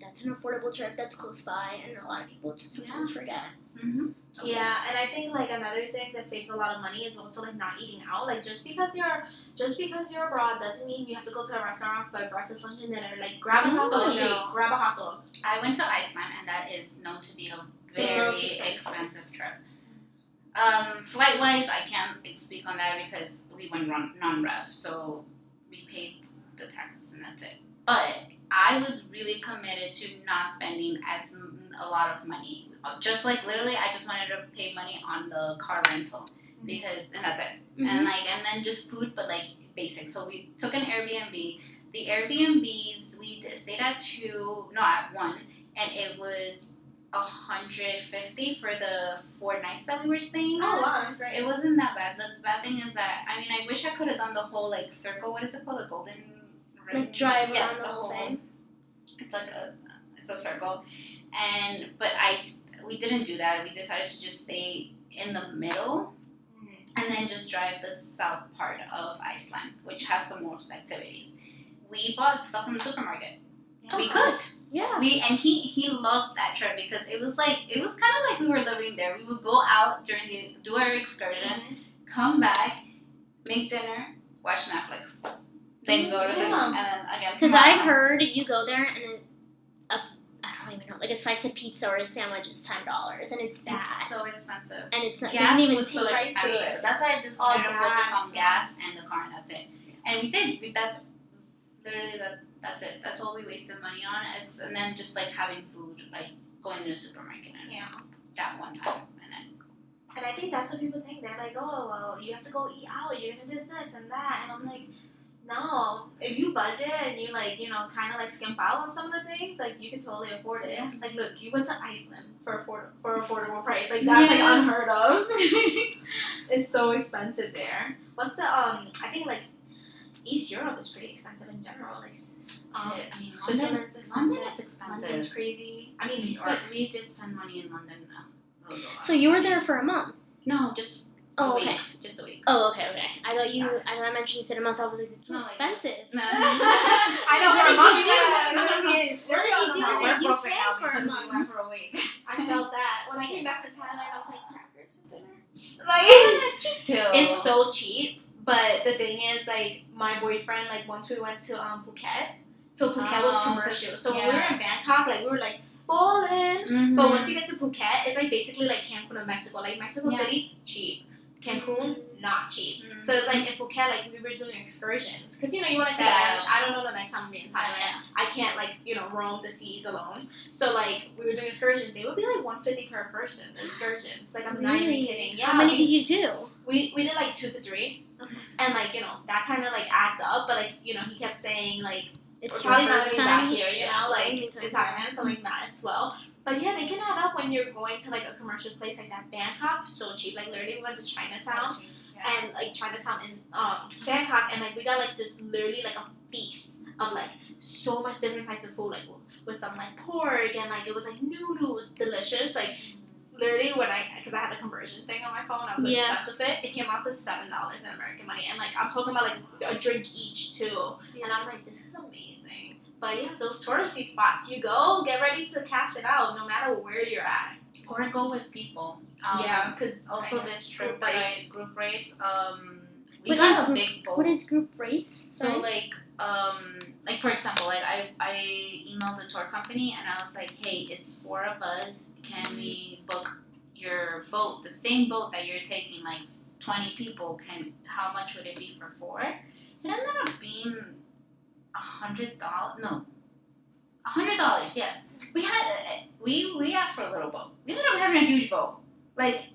Speaker 1: that's an affordable trip that's close by, and a lot of people just sometimes forget.
Speaker 2: hmm
Speaker 3: Yeah, and I think like another thing that saves a lot of money is also like not eating out. Like just because you're just because you're abroad doesn't mean you have to go to a restaurant for breakfast, lunch, and dinner. Like grab a
Speaker 2: No,
Speaker 3: taco treat,
Speaker 2: no.
Speaker 3: grab a hot dog.
Speaker 2: I went to Iceland, and that is known to be a very
Speaker 1: most expensive.
Speaker 2: expensive trip. Um, flight wise, I can't speak on that because we went non rev, so we paid the taxes and that's it. But I was really committed to not spending as m- a lot of money. Just like literally, I just wanted to pay money on the car rental
Speaker 3: Mm-hmm.
Speaker 2: because, and that's it
Speaker 1: Mm-hmm.
Speaker 2: and like and then just food but like basic so we took an airbnb the airbnbs we d- stayed at two no at one and it was 150 for the four nights that we were staying
Speaker 1: Oh,
Speaker 2: at.
Speaker 3: Oh, that's great.
Speaker 2: it wasn't that bad the bad thing is that i mean i wish i could have done the whole like circle what is it called the golden ring?
Speaker 1: Like drive
Speaker 2: yeah,
Speaker 1: around the whole thing.
Speaker 2: it's like a it's a circle and but i we didn't do that we decided to just stay in the middle
Speaker 3: Mm-hmm.
Speaker 2: and then just drive the south part of Iceland, which has the most activities. We bought stuff from the supermarket. we
Speaker 3: Oh,
Speaker 1: Okay.
Speaker 2: could.
Speaker 1: Oh, Yeah.
Speaker 2: We and he he loved that trip because it was like it was kind of like we were living there. We would go out during the do our excursion,
Speaker 3: Mm-hmm.
Speaker 2: come back, make dinner, watch Netflix, then go to
Speaker 3: Yeah.
Speaker 2: the, and then again.
Speaker 1: Because
Speaker 2: tomorrow.
Speaker 1: I've heard you go there and a, a, I don't even know, like a slice of pizza or a sandwich is ten dollars, and it's
Speaker 2: it's
Speaker 1: that,
Speaker 2: so expensive.
Speaker 1: and it's not,
Speaker 2: gas
Speaker 1: doesn't even
Speaker 2: was
Speaker 1: taste
Speaker 2: so expensive.
Speaker 1: good.
Speaker 2: That's why I just
Speaker 3: Oh,
Speaker 2: wanted to focus
Speaker 3: gas,
Speaker 2: on
Speaker 3: yeah.
Speaker 2: gas and the car, and that's it. And we did. We, that's literally that. That's it. That's all we wasted money on. It's and then just like having food, like going to the supermarket and
Speaker 3: Yeah.
Speaker 2: that one time, and then
Speaker 3: And I think that's what people think. They're like, oh, well, you have to go eat out. You're gonna do this and that. And I'm like, no, No, if you budget and you like, you know, kind of like skimp out on some of the things, like you could totally afford it.
Speaker 2: Yeah.
Speaker 3: Like, look, you went to Iceland for afford- for affordable price. Like
Speaker 2: Yes.
Speaker 3: that's like unheard of. [LAUGHS] it's so expensive there. What's the um? I think like East Europe is pretty expensive in general. Like, s- um,
Speaker 2: I mean, London,
Speaker 3: Switzerland's
Speaker 2: London
Speaker 3: expensive.
Speaker 2: is expensive.
Speaker 3: London's crazy. I mean,
Speaker 2: We
Speaker 3: New York.
Speaker 2: spent, we did spend money in London. uh,
Speaker 1: So you were there for a month.
Speaker 2: no, just
Speaker 1: Oh,
Speaker 2: a week.
Speaker 1: okay.
Speaker 2: Just a [LAUGHS] week.
Speaker 1: Oh, okay, okay. I thought you. I thought I mentioned you said a month. I was like, it's so
Speaker 2: No, like-
Speaker 1: expensive.
Speaker 2: No.
Speaker 3: I know
Speaker 1: What
Speaker 3: for
Speaker 1: did
Speaker 3: a month
Speaker 1: you
Speaker 3: you
Speaker 1: do?
Speaker 2: No, no,
Speaker 3: guys- I'm
Speaker 2: no.
Speaker 3: gonna be in
Speaker 1: [LAUGHS]
Speaker 3: cereal
Speaker 1: What did you do?
Speaker 3: tomorrow.
Speaker 1: We're You broke right now came for a because we month. went
Speaker 2: for a [LAUGHS] week.
Speaker 3: I felt that when I came back from Thailand. I was like crackers for dinner. Like.
Speaker 2: it's cheap too.
Speaker 3: It's so cheap, but the thing is, like my boyfriend, like once we went to um Phuket, so Phuket was
Speaker 1: Ah,
Speaker 2: Oh,
Speaker 3: commercial. So when we were
Speaker 2: yeah.
Speaker 3: in Bangkok, like we were like balling.
Speaker 2: Mm-hmm.
Speaker 3: But
Speaker 1: Mm-hmm.
Speaker 3: once you get to Phuket, it's like basically like Cancun of Mexico. Like Mexico
Speaker 2: Yeah.
Speaker 3: City, cheap. Cancun, not cheap.
Speaker 2: Mhm.
Speaker 3: So it's like in Phuket, like we were doing excursions because you know you want to take
Speaker 2: Yeah.
Speaker 3: advantage. I don't know the next time I'm be in Thailand.
Speaker 2: Yeah.
Speaker 3: I can't like you know roam the seas alone. So like we were doing excursions. They would be like one fifty per person the excursions. Like I'm not even
Speaker 1: Really?
Speaker 3: kidding. Yeah.
Speaker 1: How many
Speaker 3: we-
Speaker 1: did you do?
Speaker 3: we we did like two to three.
Speaker 1: Okay.
Speaker 3: And like you know that kind of like adds up, but like you know he kept saying like
Speaker 1: It's
Speaker 3: we're
Speaker 1: your
Speaker 3: probably not
Speaker 1: first
Speaker 3: gonna
Speaker 1: time.
Speaker 3: be back here, you
Speaker 1: Yeah,
Speaker 3: know, like
Speaker 1: me
Speaker 3: in
Speaker 1: too.
Speaker 3: Thailand, so like might as well. But yeah, they can add up when you're going to like a commercial place like that. Bangkok, so cheap. Like literally, we went to Chinatown
Speaker 2: Yeah.
Speaker 3: and like Chinatown in um Bangkok, and like we got like this literally like a feast of like so much different types of food, like with some like pork and like it was like noodles, delicious, like literally when I because I had the conversion thing on my phone, I was like,
Speaker 1: Yeah.
Speaker 3: obsessed with it. It came out to seven dollars in American money, and like I'm talking about like a drink each too, and I'm like, this is amazing. But yeah, those touristy spots, you go, get ready to cash it out, no matter where you're at.
Speaker 2: Or go with people. Um,
Speaker 3: yeah, because
Speaker 2: Also, this trip that I group rates. Um, we
Speaker 1: What is
Speaker 2: got a
Speaker 1: group-
Speaker 2: big boat.
Speaker 1: What is group rates?
Speaker 2: So
Speaker 1: Sorry?
Speaker 2: like um like for example like I I emailed the tour company and I was like hey it's four of us can we book your boat the same boat that you're taking like twenty people can how much would it be for four it ended up being a hundred dollars no a hundred dollars yes we had we we asked for a little boat we ended up having a huge boat like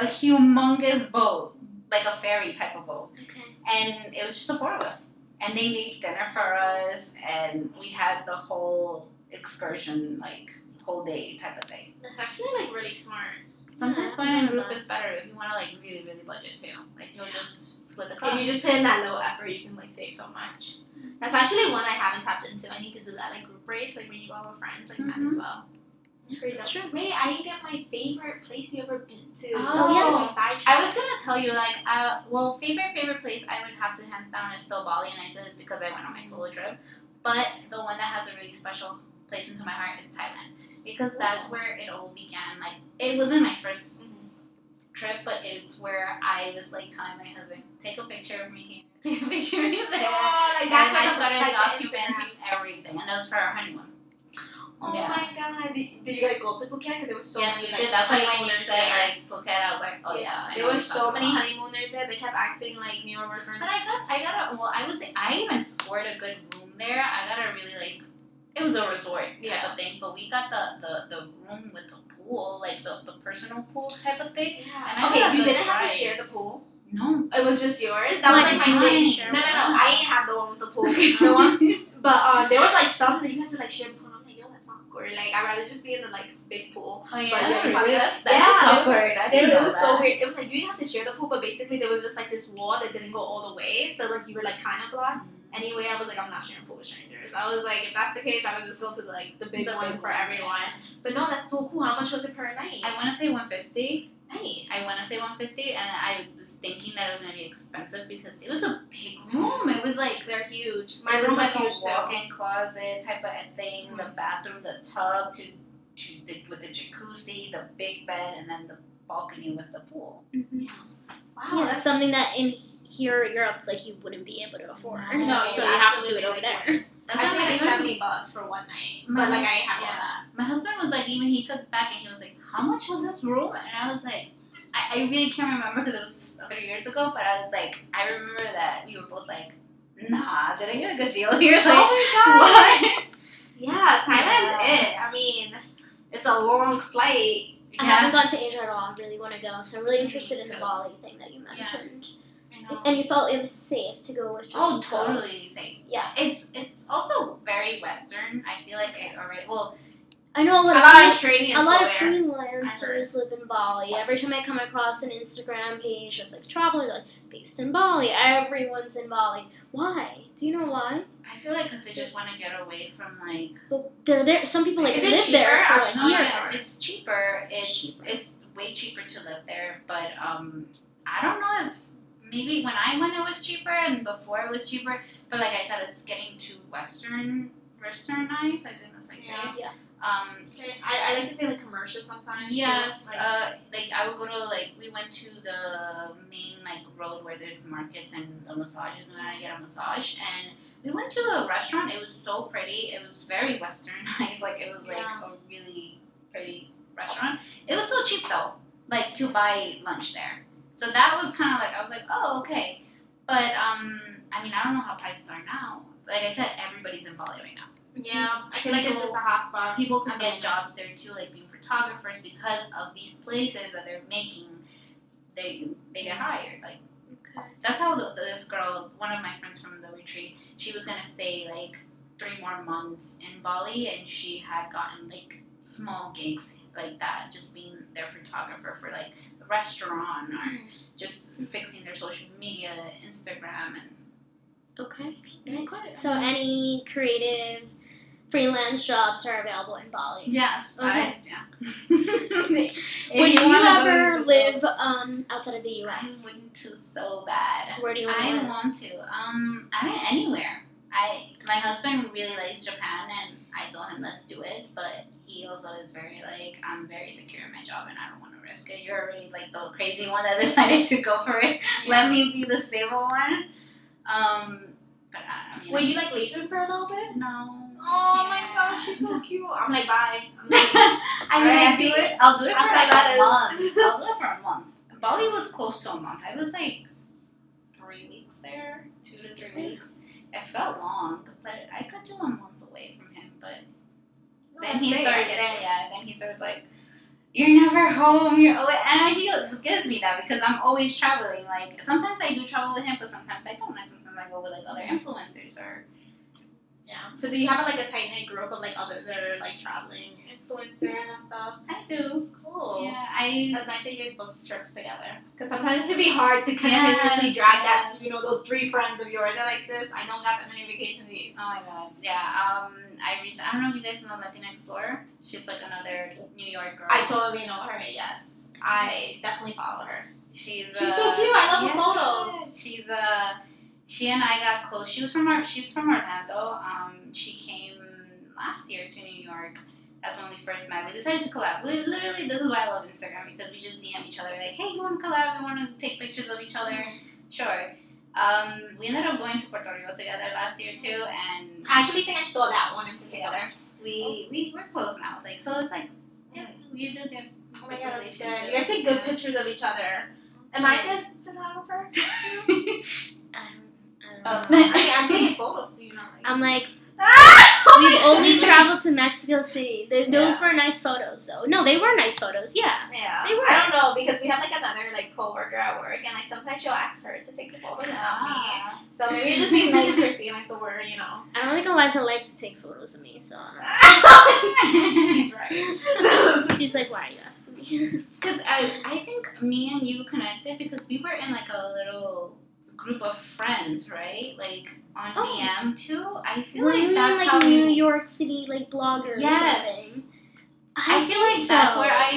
Speaker 2: a humongous boat like a ferry type of boat
Speaker 1: okay.
Speaker 2: and it was just the four of us. And they made dinner for us, and we had the whole excursion, like whole day type of thing.
Speaker 3: That's actually like really smart.
Speaker 2: Sometimes
Speaker 1: Yeah,
Speaker 2: going
Speaker 1: I
Speaker 2: in a
Speaker 1: love
Speaker 2: group
Speaker 1: that.
Speaker 2: is better if you want to like really, really budget too. Like you'll just split the cost.
Speaker 3: If you just put in that low effort, you can like save so much. That's actually one I haven't tapped into. I need to do that, like group rates, like when you go out with friends, like might as well. It's pretty
Speaker 1: That's
Speaker 3: dope. Wait, I didn't get my favorite place you ever been to.
Speaker 2: Oh,
Speaker 1: yes.
Speaker 2: I was gonna tell you like uh, well favorite favorite place I would have to hands down is still Bali, and I feel it's because I went on my solo trip. But the one that has a really special place into my heart is Thailand because that's where it all began. Like it wasn't my first
Speaker 3: Mm-hmm.
Speaker 2: trip, but it's where I was like telling my husband, take a picture of me here, [LAUGHS] take a picture of me there.
Speaker 3: Oh, like
Speaker 2: And
Speaker 3: [LAUGHS] that's
Speaker 2: I
Speaker 3: what the,
Speaker 2: started
Speaker 3: like, the Instagram.
Speaker 2: documenting everything, and that was for our honeymoon.
Speaker 3: Oh
Speaker 2: Yeah.
Speaker 3: my god! Did, did you guys go to Phuket? Because there was so
Speaker 2: yes,
Speaker 3: many.
Speaker 2: we
Speaker 3: like,
Speaker 2: did. That's why when you
Speaker 3: honeymooners
Speaker 2: said
Speaker 3: there.
Speaker 2: like Phuket, I was like, oh yes, I
Speaker 3: there
Speaker 2: know
Speaker 3: was
Speaker 2: we
Speaker 3: so
Speaker 2: talked
Speaker 3: many
Speaker 2: about it.
Speaker 3: honeymooners there. They kept asking like me or my friends.
Speaker 2: But I got, I got a well. I was, I even scored a good room there. I got a really like, it was a resort type
Speaker 3: Yeah.
Speaker 2: of thing. But we got the the the room with the pool, like the the personal pool type of thing. And I got
Speaker 3: Okay,
Speaker 2: a
Speaker 3: you
Speaker 2: good
Speaker 3: didn't have to share the
Speaker 2: price.
Speaker 3: pool.
Speaker 2: No,
Speaker 3: It was just yours. Uh, That
Speaker 1: Why
Speaker 3: was
Speaker 1: did
Speaker 3: like
Speaker 1: you
Speaker 3: my
Speaker 1: not
Speaker 3: thing.
Speaker 1: share
Speaker 3: No, no, no.
Speaker 1: one?
Speaker 3: I didn't have the one with the pool. the one But uh, there was like some that you had to like share pool. I'm like, yo, that's awkward. Like I'd rather just be in the like big pool.
Speaker 2: Oh yeah,
Speaker 3: But yeah,
Speaker 2: really?
Speaker 3: yeah,
Speaker 2: that's,
Speaker 3: there
Speaker 2: that's
Speaker 3: was-
Speaker 2: awkward. I
Speaker 3: There,
Speaker 2: didn't
Speaker 3: it
Speaker 2: know
Speaker 3: was
Speaker 2: that.
Speaker 3: so weird. It was like you didn't have to share the pool, but basically there was just like this wall that didn't go all the way, so like you were like kind of blocked. Anyway, I was like, I'm not sharing pool with strangers. I was like, if that's the case, I would just go to the, like the big
Speaker 2: The
Speaker 3: one
Speaker 2: big
Speaker 3: for
Speaker 2: one, yeah.
Speaker 3: everyone. But no, that's so cool. How much was it per night?
Speaker 2: I want to say 150.
Speaker 3: nice.
Speaker 2: I want to say 150, and I was thinking that it was gonna be expensive because it was a big room. It was like
Speaker 3: They're huge.
Speaker 2: my room was
Speaker 3: was
Speaker 2: like a
Speaker 3: huge though.
Speaker 2: walk-in closet type of a thing, the bathroom, the tub, to to the, with the jacuzzi, the big bed, and then the balcony with the pool.
Speaker 3: Wow,
Speaker 1: Yeah,
Speaker 3: that's
Speaker 1: that's something that in here Europe, like you wouldn't be able to afford.
Speaker 2: No,
Speaker 3: no,
Speaker 1: so
Speaker 3: you
Speaker 1: you have to do
Speaker 3: absolutely
Speaker 1: it over there.
Speaker 3: wouldn't.
Speaker 2: That's
Speaker 3: I
Speaker 2: why
Speaker 3: paid like
Speaker 2: my,
Speaker 3: seventy bucks for one night,
Speaker 2: My
Speaker 3: but like I
Speaker 2: husband-
Speaker 3: have all
Speaker 2: yeah.
Speaker 3: that.
Speaker 2: my husband was like, even he took back and he was like, how much was this room? And I was like. I, I really can't remember because it was three years ago, but I was like, I remember that we were both like, nah, did I get a good deal here? [LAUGHS] Like,
Speaker 3: Oh
Speaker 2: What?
Speaker 3: Yeah, Thailand's
Speaker 2: Yeah.
Speaker 3: it. I mean, it's a long flight.
Speaker 1: I haven't gone to Asia at all. I really want to go, so I'm really interested in the
Speaker 2: too.
Speaker 1: Bali thing that you mentioned.
Speaker 3: I know know.
Speaker 1: and you felt it was safe to go with. Just
Speaker 2: Oh,
Speaker 1: yourself.
Speaker 2: totally safe.
Speaker 1: Yeah.
Speaker 2: It's it's also very Western. I feel like it already. Well,
Speaker 1: I know a
Speaker 2: a
Speaker 1: lot
Speaker 2: lot of
Speaker 1: of. free-
Speaker 2: Australians
Speaker 1: A lot
Speaker 2: go
Speaker 1: of
Speaker 2: there.
Speaker 1: freelancers live in Bali. Every time I come across an Instagram page that's like traveling, like based in Bali, everyone's in Bali. Why? Do you know why?
Speaker 2: I feel like because they just want to get away from like.
Speaker 1: But they're there. Some people like
Speaker 3: Is it
Speaker 1: live there
Speaker 3: cheaper?
Speaker 1: for like
Speaker 3: I don't
Speaker 2: No,
Speaker 3: know.
Speaker 1: years.
Speaker 2: Oh, yeah, it's cheaper. It's
Speaker 1: Cheaper.
Speaker 2: it's way cheaper to live there. But um, I don't know if maybe when I went it was cheaper and before it was cheaper. But like I said, it's getting too Western westernized. I think that's like
Speaker 3: Yeah.
Speaker 1: Yeah.
Speaker 2: Um,
Speaker 3: I, I like to say like commercial sometimes.
Speaker 2: Yes,
Speaker 3: Like,
Speaker 2: uh, like I would go to like we went to the main like road where there's markets and the massages. We went to get a massage, and we went to a restaurant. It was so pretty. It was very westernized. [LAUGHS] Like it was like
Speaker 3: Yeah.
Speaker 2: a really pretty restaurant. It was so cheap though, like to buy lunch there. So that was kind of like I was like, oh okay, but um, I mean I don't know how prices are now. Like I said, everybody's in Bali right now
Speaker 3: yeah, I feel like it's just a hot spot.
Speaker 2: people can
Speaker 3: Mhm.
Speaker 2: get jobs there too, like being photographers, because of these places that they're making. They they get hired. Like
Speaker 1: Okay.
Speaker 2: that's how the, this girl, one of my friends from the retreat, she was gonna stay like three more months in Bali, and she had gotten like small gigs like that, just being their photographer for like a restaurant
Speaker 1: Hmm.
Speaker 2: or just fixing their social media, Instagram, and
Speaker 1: Okay.
Speaker 2: Okay.
Speaker 1: Nice. So any creative freelance jobs are available in Bali.
Speaker 2: yes, I,
Speaker 1: Okay.
Speaker 2: yeah. [LAUGHS]
Speaker 1: Would
Speaker 2: Would
Speaker 1: you, ever live um, outside of the
Speaker 2: I
Speaker 1: U.S.?
Speaker 2: wouldn't to so bad.
Speaker 1: Where do you want to
Speaker 2: I
Speaker 1: live?
Speaker 2: want to. Um, I don't anywhere. I my husband really likes Japan, and I told him let's do it. But he also is very like I'm very secure in my job, and I don't want to risk it. You're already like the crazy one that [LAUGHS] decided to go for it. Let me be the stable one. Um, but I, I mean,
Speaker 3: Will you like leave him for a little bit?
Speaker 2: no.
Speaker 3: Oh my
Speaker 2: can't.
Speaker 3: gosh, you're so cute. I'm like, bye. [LAUGHS] I'm like,
Speaker 2: I mean, I
Speaker 3: Alright,
Speaker 2: do
Speaker 3: see.
Speaker 2: it. I'll do it for
Speaker 3: Hasta
Speaker 2: like a
Speaker 3: luego. [LAUGHS]
Speaker 2: month. I'll do it for a month. Bali was close to a month. I was like three weeks there, two to three weeks. It felt long, but I could do a month away from him. But then he
Speaker 3: stay,
Speaker 2: started,
Speaker 3: I get
Speaker 2: then,
Speaker 3: you.
Speaker 2: yeah, then he started like, "You're never home. You're always." And he gives me that because I'm always traveling. Like sometimes I do travel with him, but sometimes I don't. And sometimes I go with like other influencers or
Speaker 3: Yeah. So do you have like a tight knit group of like other that are like traveling influencers and stuff?
Speaker 2: I do.
Speaker 3: Cool.
Speaker 2: Yeah, I
Speaker 3: That's nice that you guys book trips together. Because sometimes it can be hard to continuously
Speaker 2: Yes,
Speaker 3: drag that,
Speaker 2: yes.
Speaker 3: you know, those three friends of yours. They're like, sis, I don't got that many vacation days.
Speaker 2: Oh my god, yeah. Um, I recent. I don't know if you guys know Latina Explorer. She's like another New York girl.
Speaker 3: I totally know her, yes. I definitely follow her.
Speaker 2: she's
Speaker 3: She's
Speaker 2: uh,
Speaker 3: so cute. I love her
Speaker 2: yeah,
Speaker 3: photos.
Speaker 2: She's uh, she and I got close. She was from our, she's from Orlando. Um, she came last year to New York. That's when we first met. We decided to collab. We literally, this is why I love Instagram because we just DM each other like, hey, you want to collab? You want to take pictures of each other? Sure. Um, we ended up going to Puerto Rico together last year too, and
Speaker 3: I actually think I stole that one in particular.
Speaker 2: we we we're close now. Like so, it's like yeah, we do get.
Speaker 3: Oh my god, that's good. You guys take good pictures of each other. Am I a good photographer?
Speaker 1: I don't, I
Speaker 3: Oh,
Speaker 1: don't
Speaker 3: no.
Speaker 1: know.
Speaker 3: [LAUGHS] I mean, I'm [LAUGHS] taking photos. Do you not like?
Speaker 1: I'm like
Speaker 3: [LAUGHS] Oh my
Speaker 1: we've
Speaker 3: God.
Speaker 1: only traveled to Mexico City. Th Those
Speaker 3: Yeah.
Speaker 1: were nice photos, though. No, they were nice photos. Yeah.
Speaker 3: Yeah,
Speaker 1: They were.
Speaker 3: I don't know because we have like another like coworker at work, and like sometimes she'll ask her to take the photos, not
Speaker 2: Ah.
Speaker 3: me. [LAUGHS] So maybe just be nice, Christine, like the word, you [LAUGHS] know.
Speaker 1: I don't think Eliza likes to take photos of me, so I
Speaker 2: Ah.
Speaker 3: [LAUGHS]
Speaker 2: [LAUGHS]
Speaker 3: She's right. Oh
Speaker 1: don't know. she's like, "Why are you asking me?"
Speaker 2: Because I, I think me and you connected because we were in like a little group of friends, right? Like on
Speaker 1: Oh.
Speaker 2: DM too. I
Speaker 1: [LAUGHS]
Speaker 2: feel
Speaker 1: Were
Speaker 2: like
Speaker 1: you in
Speaker 2: that's
Speaker 1: like
Speaker 2: how
Speaker 1: New
Speaker 2: we-
Speaker 1: York City like bloggers?
Speaker 2: Yes.
Speaker 1: Or something?
Speaker 2: I feel
Speaker 1: think
Speaker 2: like
Speaker 1: so.
Speaker 2: that's where I,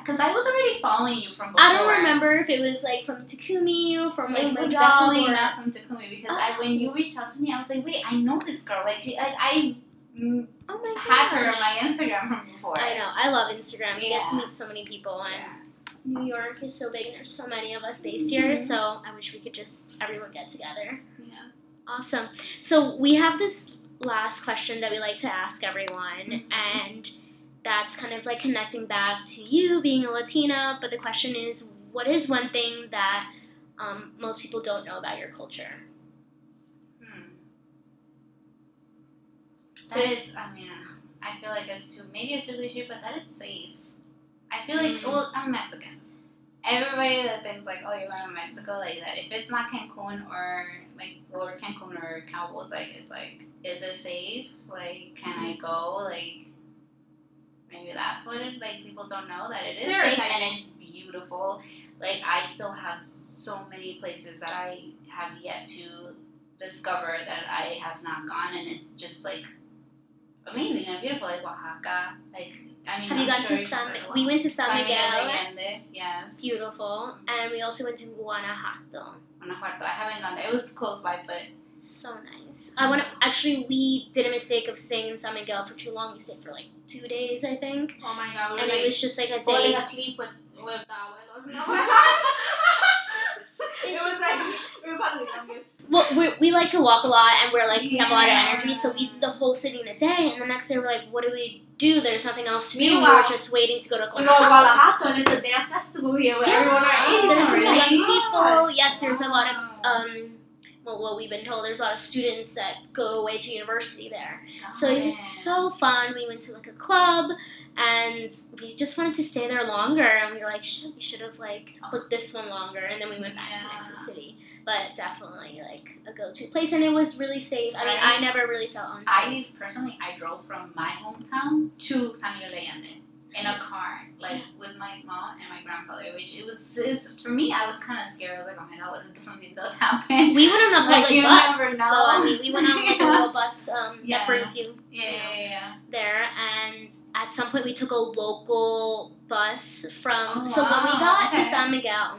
Speaker 2: because I, was already following you from before.
Speaker 1: I don't remember if it was like from Takumi or from like
Speaker 2: It
Speaker 1: my
Speaker 2: was
Speaker 1: job
Speaker 2: definitely
Speaker 1: or Oh.
Speaker 2: not from Takumi because I, when you reached out to me, I was like, wait, I know this girl. Like, she, like I mm,
Speaker 1: oh my
Speaker 2: had her on
Speaker 1: gosh.
Speaker 2: my Instagram from before.
Speaker 1: I know. I love Instagram. You get to
Speaker 2: Yeah.
Speaker 1: meet so many people, and
Speaker 2: Yeah.
Speaker 1: New York is so big, and there's so many of us based here. So I wish we could just everyone get together.
Speaker 2: Mm-hmm. Yeah.
Speaker 1: Awesome. So we have this last question that we like to ask everyone,
Speaker 2: Mm-hmm.
Speaker 1: and that's kind of like connecting back to you being a Latina. But the question is, what is one thing that um, most people don't know about your culture?
Speaker 2: Hmm. That is, I mean, I feel like it's too, maybe it's too cliche, but that is safe. I feel like,
Speaker 1: Mm.
Speaker 2: well, I'm Mexican. everybody that thinks like, oh, you're going to Mexico, like that. If it's not Cancun or like Lower Cancun or Cowboys, like it's like, is it safe? Like, can I go? Like, maybe that's what it, like people don't know that it is safe
Speaker 3: Stereotype.
Speaker 2: and it's beautiful. Like, I still have so many places that I have yet to discover that I have not gone, and it's just like amazing and beautiful, like Oaxaca. Like, I mean,
Speaker 1: Have you
Speaker 2: I'm
Speaker 1: gone
Speaker 2: sure
Speaker 1: to
Speaker 2: you've
Speaker 1: San?
Speaker 2: heard of
Speaker 1: We went to San
Speaker 2: San
Speaker 1: Miguel.
Speaker 2: Allende, yes.
Speaker 1: Beautiful, and we also went to Guanajuato.
Speaker 2: Guanajuato. I haven't gone there. It was close by, but
Speaker 1: So nice. I want to actually. We did a mistake of staying in San Miguel for too long. We stayed for like two days, I think,
Speaker 3: Oh my god, we were
Speaker 1: and it
Speaker 3: like
Speaker 1: was just like a
Speaker 3: falling
Speaker 1: day.
Speaker 3: asleep with with that one. It [LAUGHS] was, it was like we were probably the youngest.
Speaker 1: Well, we, we like to walk a lot, and we're like we have a lot of
Speaker 2: Yeah.
Speaker 1: energy, so we did the whole city in a day, and the next day we're like, what do we do? There's nothing else to do. we
Speaker 3: Meanwhile,
Speaker 1: were just waiting to go to.
Speaker 3: We go to
Speaker 1: Guanajuato.
Speaker 3: Guanajuato and it's a damn festival here where
Speaker 1: Yeah,
Speaker 3: everyone our age
Speaker 1: There's
Speaker 3: is
Speaker 1: some
Speaker 3: really
Speaker 1: young
Speaker 3: young.
Speaker 1: people. Yes, there's a lot of
Speaker 2: Wow.
Speaker 1: um. Well, what we've been told, there's a lot of students that go away to university there. So it was so fun. We went to like a club, and we just wanted to stay there longer. And we were like, shit, we should have like booked this one longer. And then we went back to
Speaker 2: Yeah.
Speaker 1: Mexico City. But definitely like a go-to place, and it was really safe. I mean,
Speaker 2: Right.
Speaker 1: I never really felt unsafe.
Speaker 2: I personally, I drove from my hometown to San Miguel de Allende in a car, like with my mom and my grandfather. Which it was is for me, I was kind of scared. I was like, oh my god, what if something does happen? [LAUGHS]
Speaker 1: we went on a
Speaker 2: Like,
Speaker 1: public
Speaker 2: you
Speaker 1: bus,
Speaker 2: never
Speaker 1: so I
Speaker 2: know.
Speaker 1: mean, we went on
Speaker 2: [LAUGHS]
Speaker 1: like, a
Speaker 2: Yeah.
Speaker 1: little bus um,
Speaker 2: Yeah.
Speaker 1: that brings you
Speaker 2: Yeah, yeah, yeah. yeah.
Speaker 1: there and at some point we took a local bus from
Speaker 2: Oh,
Speaker 1: so when we
Speaker 2: wow.
Speaker 1: got to
Speaker 2: Okay.
Speaker 1: san miguel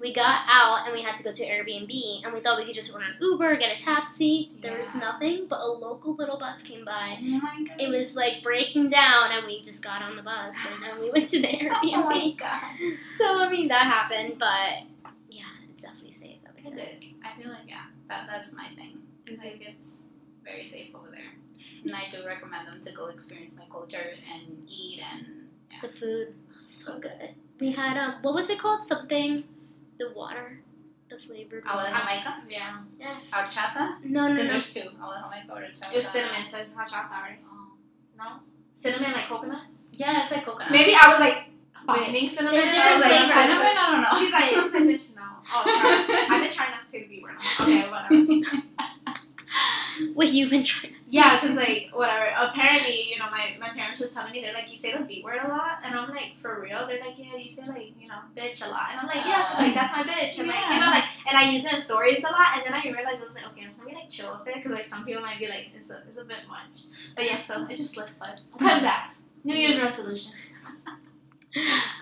Speaker 1: we got out and we had to go to airbnb and we thought we could just order an uber get a taxi there was
Speaker 2: Yeah.
Speaker 1: nothing but a local little bus came by
Speaker 2: Oh my god.
Speaker 1: it was like breaking down and we just got on the bus and then we went to [LAUGHS] the
Speaker 2: Oh my
Speaker 1: airbnb
Speaker 2: god.
Speaker 1: so i mean that happened but yeah it's definitely safe I would
Speaker 2: It
Speaker 1: say.
Speaker 2: is. I feel like yeah, that that's my thing. Like it's very safe over there, and I do recommend them to go experience my culture and eat and yeah.
Speaker 1: the food so good we had um what was it called something the water the flavored
Speaker 2: Agua de
Speaker 1: water.
Speaker 2: Jamaica,
Speaker 3: Yeah.
Speaker 1: yes
Speaker 2: horchata.
Speaker 1: No, no,
Speaker 2: Because
Speaker 1: no.
Speaker 2: there's two. Agua de Jamaica or horchata.
Speaker 3: It was cinnamon, so it's hot chocolate, right?
Speaker 2: Oh.
Speaker 3: Um, No? Cinnamon like coconut?
Speaker 2: Yeah, it's like coconut.
Speaker 3: Maybe I was like
Speaker 2: Wait.
Speaker 3: finding cinnamon.
Speaker 1: There's
Speaker 3: and I was
Speaker 1: different
Speaker 3: like,
Speaker 1: flavors.
Speaker 3: cinnamon?
Speaker 2: I don't know. [LAUGHS]
Speaker 3: She's like, she's like, bitch, no. Oh, sorry. I've been trying not to say the B [LAUGHS] word. Okay, whatever.
Speaker 1: [LAUGHS] Wait, you've been trying.
Speaker 3: Yeah, because, like, whatever. Apparently, you know, my, my parents was telling me, they're like, you say the B word a lot. And I'm like, for real? They're like, yeah, you say, like, you know, bitch a lot. And I'm like, yeah, 'cause, like, that's my bitch. And, like, you know, like, and I use it in stories a lot. And then I realized, I was like, okay, let me, like, chill with it. Because, like, some people might be like, it's a, it's a bit much. But, yeah, so it's just lip bud. Cut that. New Year's resolution.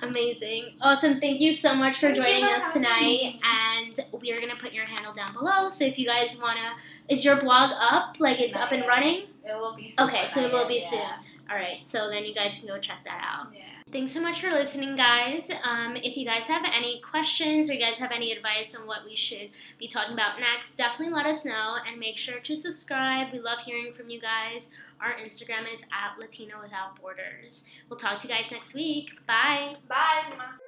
Speaker 1: Amazing. Awesome. Thank you so much for
Speaker 3: Thank you
Speaker 1: joining
Speaker 3: for
Speaker 1: us
Speaker 3: having
Speaker 1: tonight.
Speaker 3: me.
Speaker 1: And we are going to put your handle down below. So if you guys want to. Is your blog up? Like it's
Speaker 2: Not
Speaker 1: up and
Speaker 2: yet.
Speaker 1: running?
Speaker 2: It will be soon.
Speaker 1: Okay, so it will be
Speaker 2: yeah.
Speaker 1: soon. All right. So then you guys can go check that out.
Speaker 2: Yeah.
Speaker 1: Thanks so much for listening, guys. Um, if you guys have any questions or you guys have any advice on what we should be talking about next, definitely let us know and make sure to subscribe. We love hearing from you guys. Our Instagram is at Latino Without Borders. We'll talk to you guys next week. Bye.
Speaker 3: Bye. Ma.